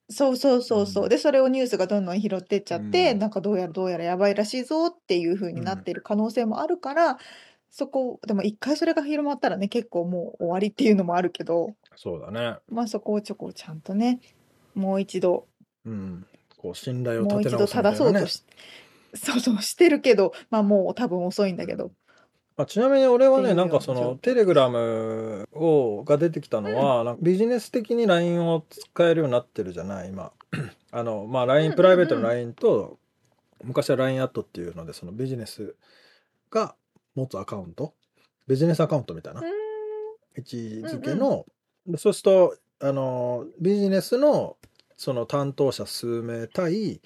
Speaker 5: そうそうそうそうう。
Speaker 3: ん
Speaker 5: で、それをニュースがどんどん拾ってっちゃって、
Speaker 3: うん
Speaker 5: なんかどうやらどうやらやばいらしいぞっていう風になってる可能性もあるから、そこ、でも一回それが広まったらね、結構もう終わりっていうのもあるけど、
Speaker 3: そうだね。
Speaker 5: まあそこをちょこちゃんとね、もう一度、
Speaker 3: うん。こう、信頼を
Speaker 5: もう
Speaker 3: 立て
Speaker 5: 一度
Speaker 3: 直す
Speaker 5: 正そう
Speaker 3: みたいなね
Speaker 5: とし、そうそうしてるけど、まあもう多分遅いんだけど。
Speaker 3: まあ、ちなみに俺は
Speaker 5: ってい
Speaker 3: ね、
Speaker 5: うよ
Speaker 3: な
Speaker 5: うんな
Speaker 3: かそ
Speaker 5: 状
Speaker 3: の
Speaker 5: 況
Speaker 3: テレグラムをが出てきたのは、なんかビジネス的に LINE を使えるようになってるじゃない、今。 *clears throat* あの、まあ LINE、
Speaker 5: うん
Speaker 3: プライベートの LINE と、昔は LINE アットっていうので、そのビジネスが持つアカウント、ビジネスアカウントみたいな
Speaker 5: うーん
Speaker 3: 位置づけの、でそうすると、あの、ビジネスのその担当者数名対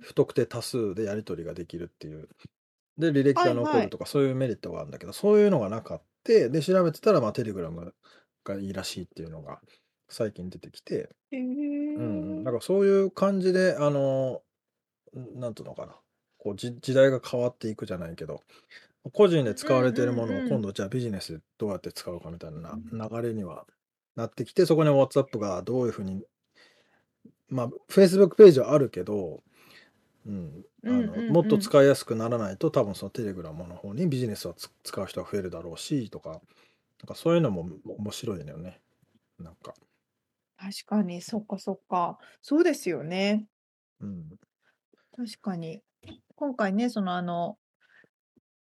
Speaker 3: 不特定多数でやり取りができるっていう。で、履歴が
Speaker 5: はい
Speaker 3: 残
Speaker 5: は
Speaker 3: る
Speaker 5: い
Speaker 3: とか、そういうメリットがあるんだけど、そういうのがなかって、で、調べてたら、まあ、テレグラムがいいらしいっていうのが最近出てきて、
Speaker 5: へー
Speaker 3: うんうん、だからそういう感じで、あの、なんていうのかな、こうじ時代が変わっていくじゃないけど、個人で使われているも
Speaker 5: うんう
Speaker 3: の
Speaker 5: ん
Speaker 3: を
Speaker 5: うん
Speaker 3: 今度じゃあビジネスでどうやって使うかみたいな流れにはなってきて、そこに WhatsApp がどういうふうに、まあ、Facebook ページはあるけど、うん、あの
Speaker 5: うんうんうん
Speaker 3: もっと使いやすくならないと多分そのテレグラムの方にビジネスはつ使う人が増えるだろうしとか、なんかそういうのも面白いのよね。なんか、
Speaker 5: 確かに、そっかそっか。そうですよね。
Speaker 3: うん、
Speaker 5: 確かに。今回ね、そのあの、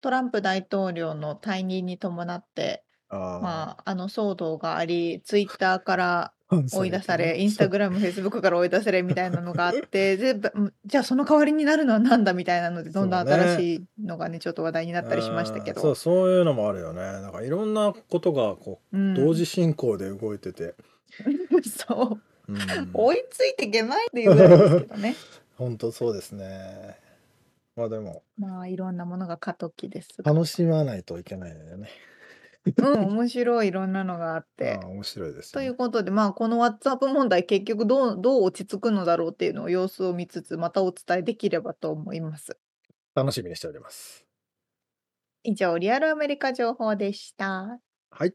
Speaker 5: トランプ大統領の退任に伴って、
Speaker 3: あー
Speaker 5: まあ、あの騒動があり、ツイッターから追い出され、インスタグ
Speaker 3: ラ
Speaker 5: ラム、フェイスブックから追い出されみたいなのがあっ
Speaker 3: *laughs*
Speaker 5: て、全部うんじゃあその代わりになるのはなんだみたいなので、どんどん
Speaker 3: そうね
Speaker 5: 新しいのがね、ちょっと話題になったりしましたけ
Speaker 3: そう
Speaker 5: ど。
Speaker 3: そういうのもあるよねなんかいろんなことがこ
Speaker 5: う
Speaker 3: うん同時進行で動いてて、
Speaker 5: *laughs* そう。
Speaker 3: うん、
Speaker 5: 追いついていけないっていうぐらいですけどね。
Speaker 3: 本当そうですねまあでも
Speaker 5: まあ、いろんなものが過渡期ですが。
Speaker 3: 楽しまないといけないよね
Speaker 5: うん、面白いいろんなのがあって
Speaker 3: ああ。面白いです
Speaker 5: とい
Speaker 3: よね
Speaker 5: うことで、まあ、この WhatsApp 問題、結局どう、どう落ち着くのだろうっていうのを様子を見つつ、またお伝えできればと思います。
Speaker 3: 楽しみにしております
Speaker 5: 以上、リアルアメリカ情報でした。
Speaker 3: はい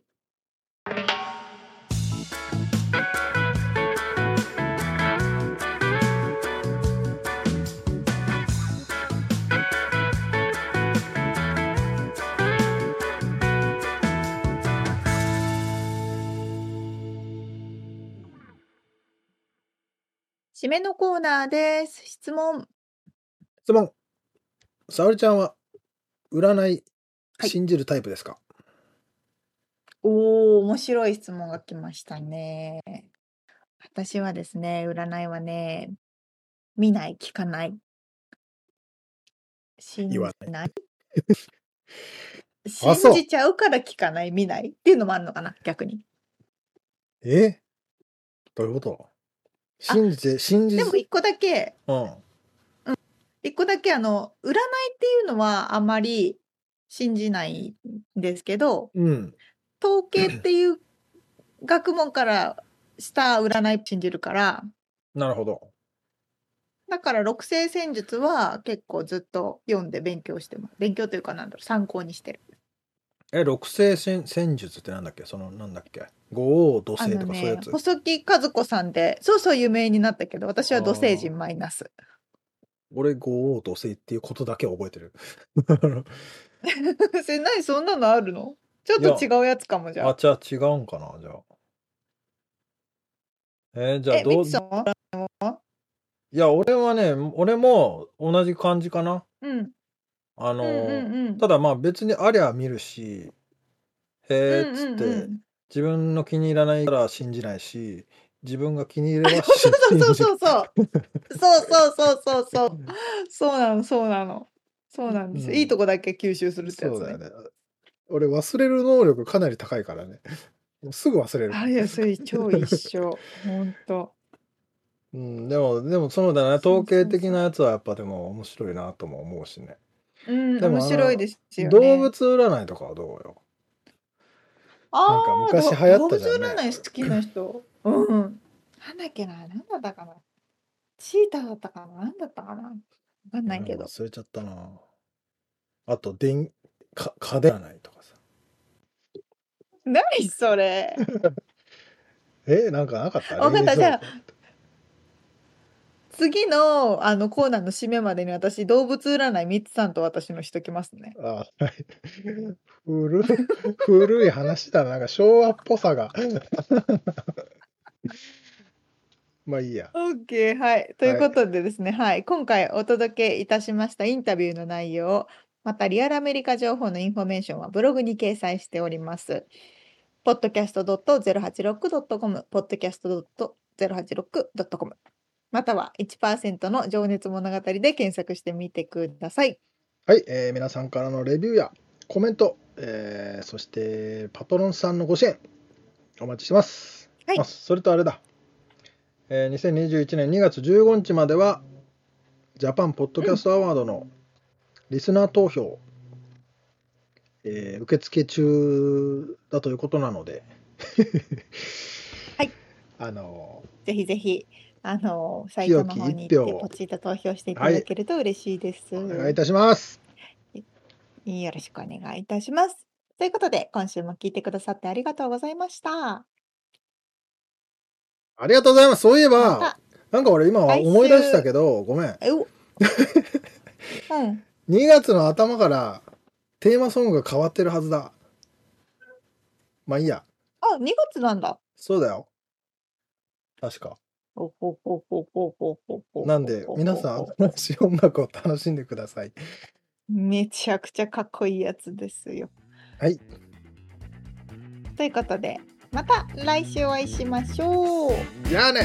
Speaker 5: 締めのコーナーです。質問。
Speaker 3: 質問沙織ちゃんは占い
Speaker 5: はい
Speaker 3: 信じるタイプですか、
Speaker 5: おお、面白い質問が来ましたね。私はですね、占いはね、見ない、聞かない。信じ
Speaker 3: 言わ
Speaker 5: ない。
Speaker 3: あそう
Speaker 5: 信じちゃうから聞かない、見ないっていうのもあるのかな、逆に。
Speaker 3: えどういうこと信じて、信じ
Speaker 5: でも一個だけ、
Speaker 3: うん。
Speaker 5: 一個だけあの、占いっていうのはあまり信じないんですけど、
Speaker 3: うん。
Speaker 5: 統計っていう学問からした占い信じるから、
Speaker 3: なるほど。
Speaker 5: だから六星占術は結構ずっと読んで勉強してます。勉強というかなんだろう、参考にしてる。
Speaker 3: え、六星戦戦術ってなんだっけその、なんだっけ五王土
Speaker 5: あ
Speaker 3: 星
Speaker 5: の
Speaker 3: とかそういう
Speaker 5: ね
Speaker 3: や、つ。
Speaker 5: 細木和子さんで、そうそう有名になったけど、私は土星人マイナス。
Speaker 3: 俺五王土星っていうことだけは覚えてる。
Speaker 5: *laughs* それ何そんなのあるのちょっと違うやつかも *laughs* じゃ
Speaker 3: あ、
Speaker 5: あ。
Speaker 3: じゃあ違うんかなじゃあ。えーじゃあ
Speaker 5: え、ミ
Speaker 3: どう、
Speaker 5: キさんはい
Speaker 3: や、俺はね、俺も同じ感じかな。
Speaker 5: うん。
Speaker 3: あの
Speaker 5: うん
Speaker 3: ー、
Speaker 5: うんうん。
Speaker 3: ただまあ別にありゃ見るし、へえっつって、
Speaker 5: うんうんうん
Speaker 3: 自分の気に入らないから信じないし、自分が気に入れば信じ
Speaker 5: *laughs*
Speaker 3: る。
Speaker 5: そうそうそう。そうそうそうそうそう。そうなの、そうなの。そうなんですよ。
Speaker 3: うん
Speaker 5: いいとこだけ吸収するってやつ
Speaker 3: そうだよ
Speaker 5: ね。
Speaker 3: ね。俺忘れる能力かなり高いからね。 *laughs* もうすぐ忘れる。
Speaker 5: あ、いや、それ超一緒。ほんと。
Speaker 3: うん、でも、でもそうだね。
Speaker 5: そうそうそう
Speaker 3: 統計的なやつはやっぱでも面白いなとも思うしね。
Speaker 5: うん、
Speaker 3: でも
Speaker 5: 面白いですよね。
Speaker 3: 動物占いとかはどうよ。なんか
Speaker 5: あー
Speaker 3: 昔流行ったじゃん
Speaker 5: 動
Speaker 3: ね
Speaker 5: 物占い好きな人。うん。なんだっけな、なんだったかな。チーターだったかな、なんだったかな。わかんないけ
Speaker 3: うん
Speaker 5: ど。
Speaker 3: 忘れちゃったな。あと、電、か、家電占いとかさ。
Speaker 5: 何そ
Speaker 3: *laughs*
Speaker 5: れ。
Speaker 3: えなんかなかった
Speaker 5: わかった
Speaker 3: 冷蔵庫
Speaker 5: じゃあ次の、あのコーナーの締めまでに、私動物占い、ミツさんと私のしときますね。
Speaker 3: あはい。古い、古い話だな。なんか昭和っぽ
Speaker 5: *laughs*
Speaker 3: さが。まあいいや。
Speaker 5: オッケー、はい。ということでですね、はい、今回お届けいたしましたインタビューの内容、またリアルアメリカ情報のインフォメーションはブログに掲載しております。podcast.086.com、podcast.086.com、または1%の情熱物語で検索してみてください。
Speaker 3: はい、えー皆さんからのレビューやコメント、えーそしてパトロンさんのご支援、お待ちしてます。
Speaker 5: はい
Speaker 3: あそれとあれだ、えー2021年2月15日までは、ジャパンポッドキャストアワードのリスナー投票、えー受付中だということなので、
Speaker 5: はい。
Speaker 3: *laughs* あの
Speaker 5: ぜひぜひ、あの、サイトの
Speaker 3: 清
Speaker 5: 方
Speaker 3: き
Speaker 5: に
Speaker 3: 一
Speaker 5: 行っ
Speaker 3: 票
Speaker 5: て、
Speaker 3: を
Speaker 5: ポチッと投票していた
Speaker 3: はい
Speaker 5: だけると嬉しいです。
Speaker 3: お願いいたします。
Speaker 5: よろしくお願いいたします。ということで、今週も聞いてくださってありがとうございました。
Speaker 3: ありがとうございます。そういえ
Speaker 5: ま
Speaker 3: ば
Speaker 5: た、、
Speaker 3: なんか俺今思い出したけど、ごめん。 *laughs*
Speaker 5: えおうん。
Speaker 3: 2月の頭からテーマソングが変わってるはずだ。まあいいや。
Speaker 5: あ、2月なんだ。
Speaker 3: そうだよ。確か。
Speaker 5: ほほほほほほほほ
Speaker 3: なんで、皆さん、新しい音楽を楽しんでください。
Speaker 5: ん。めちゃくちゃかっこいいやつですよ。
Speaker 3: はい。
Speaker 5: ということで、また来週お会いしましょう。
Speaker 3: じゃあね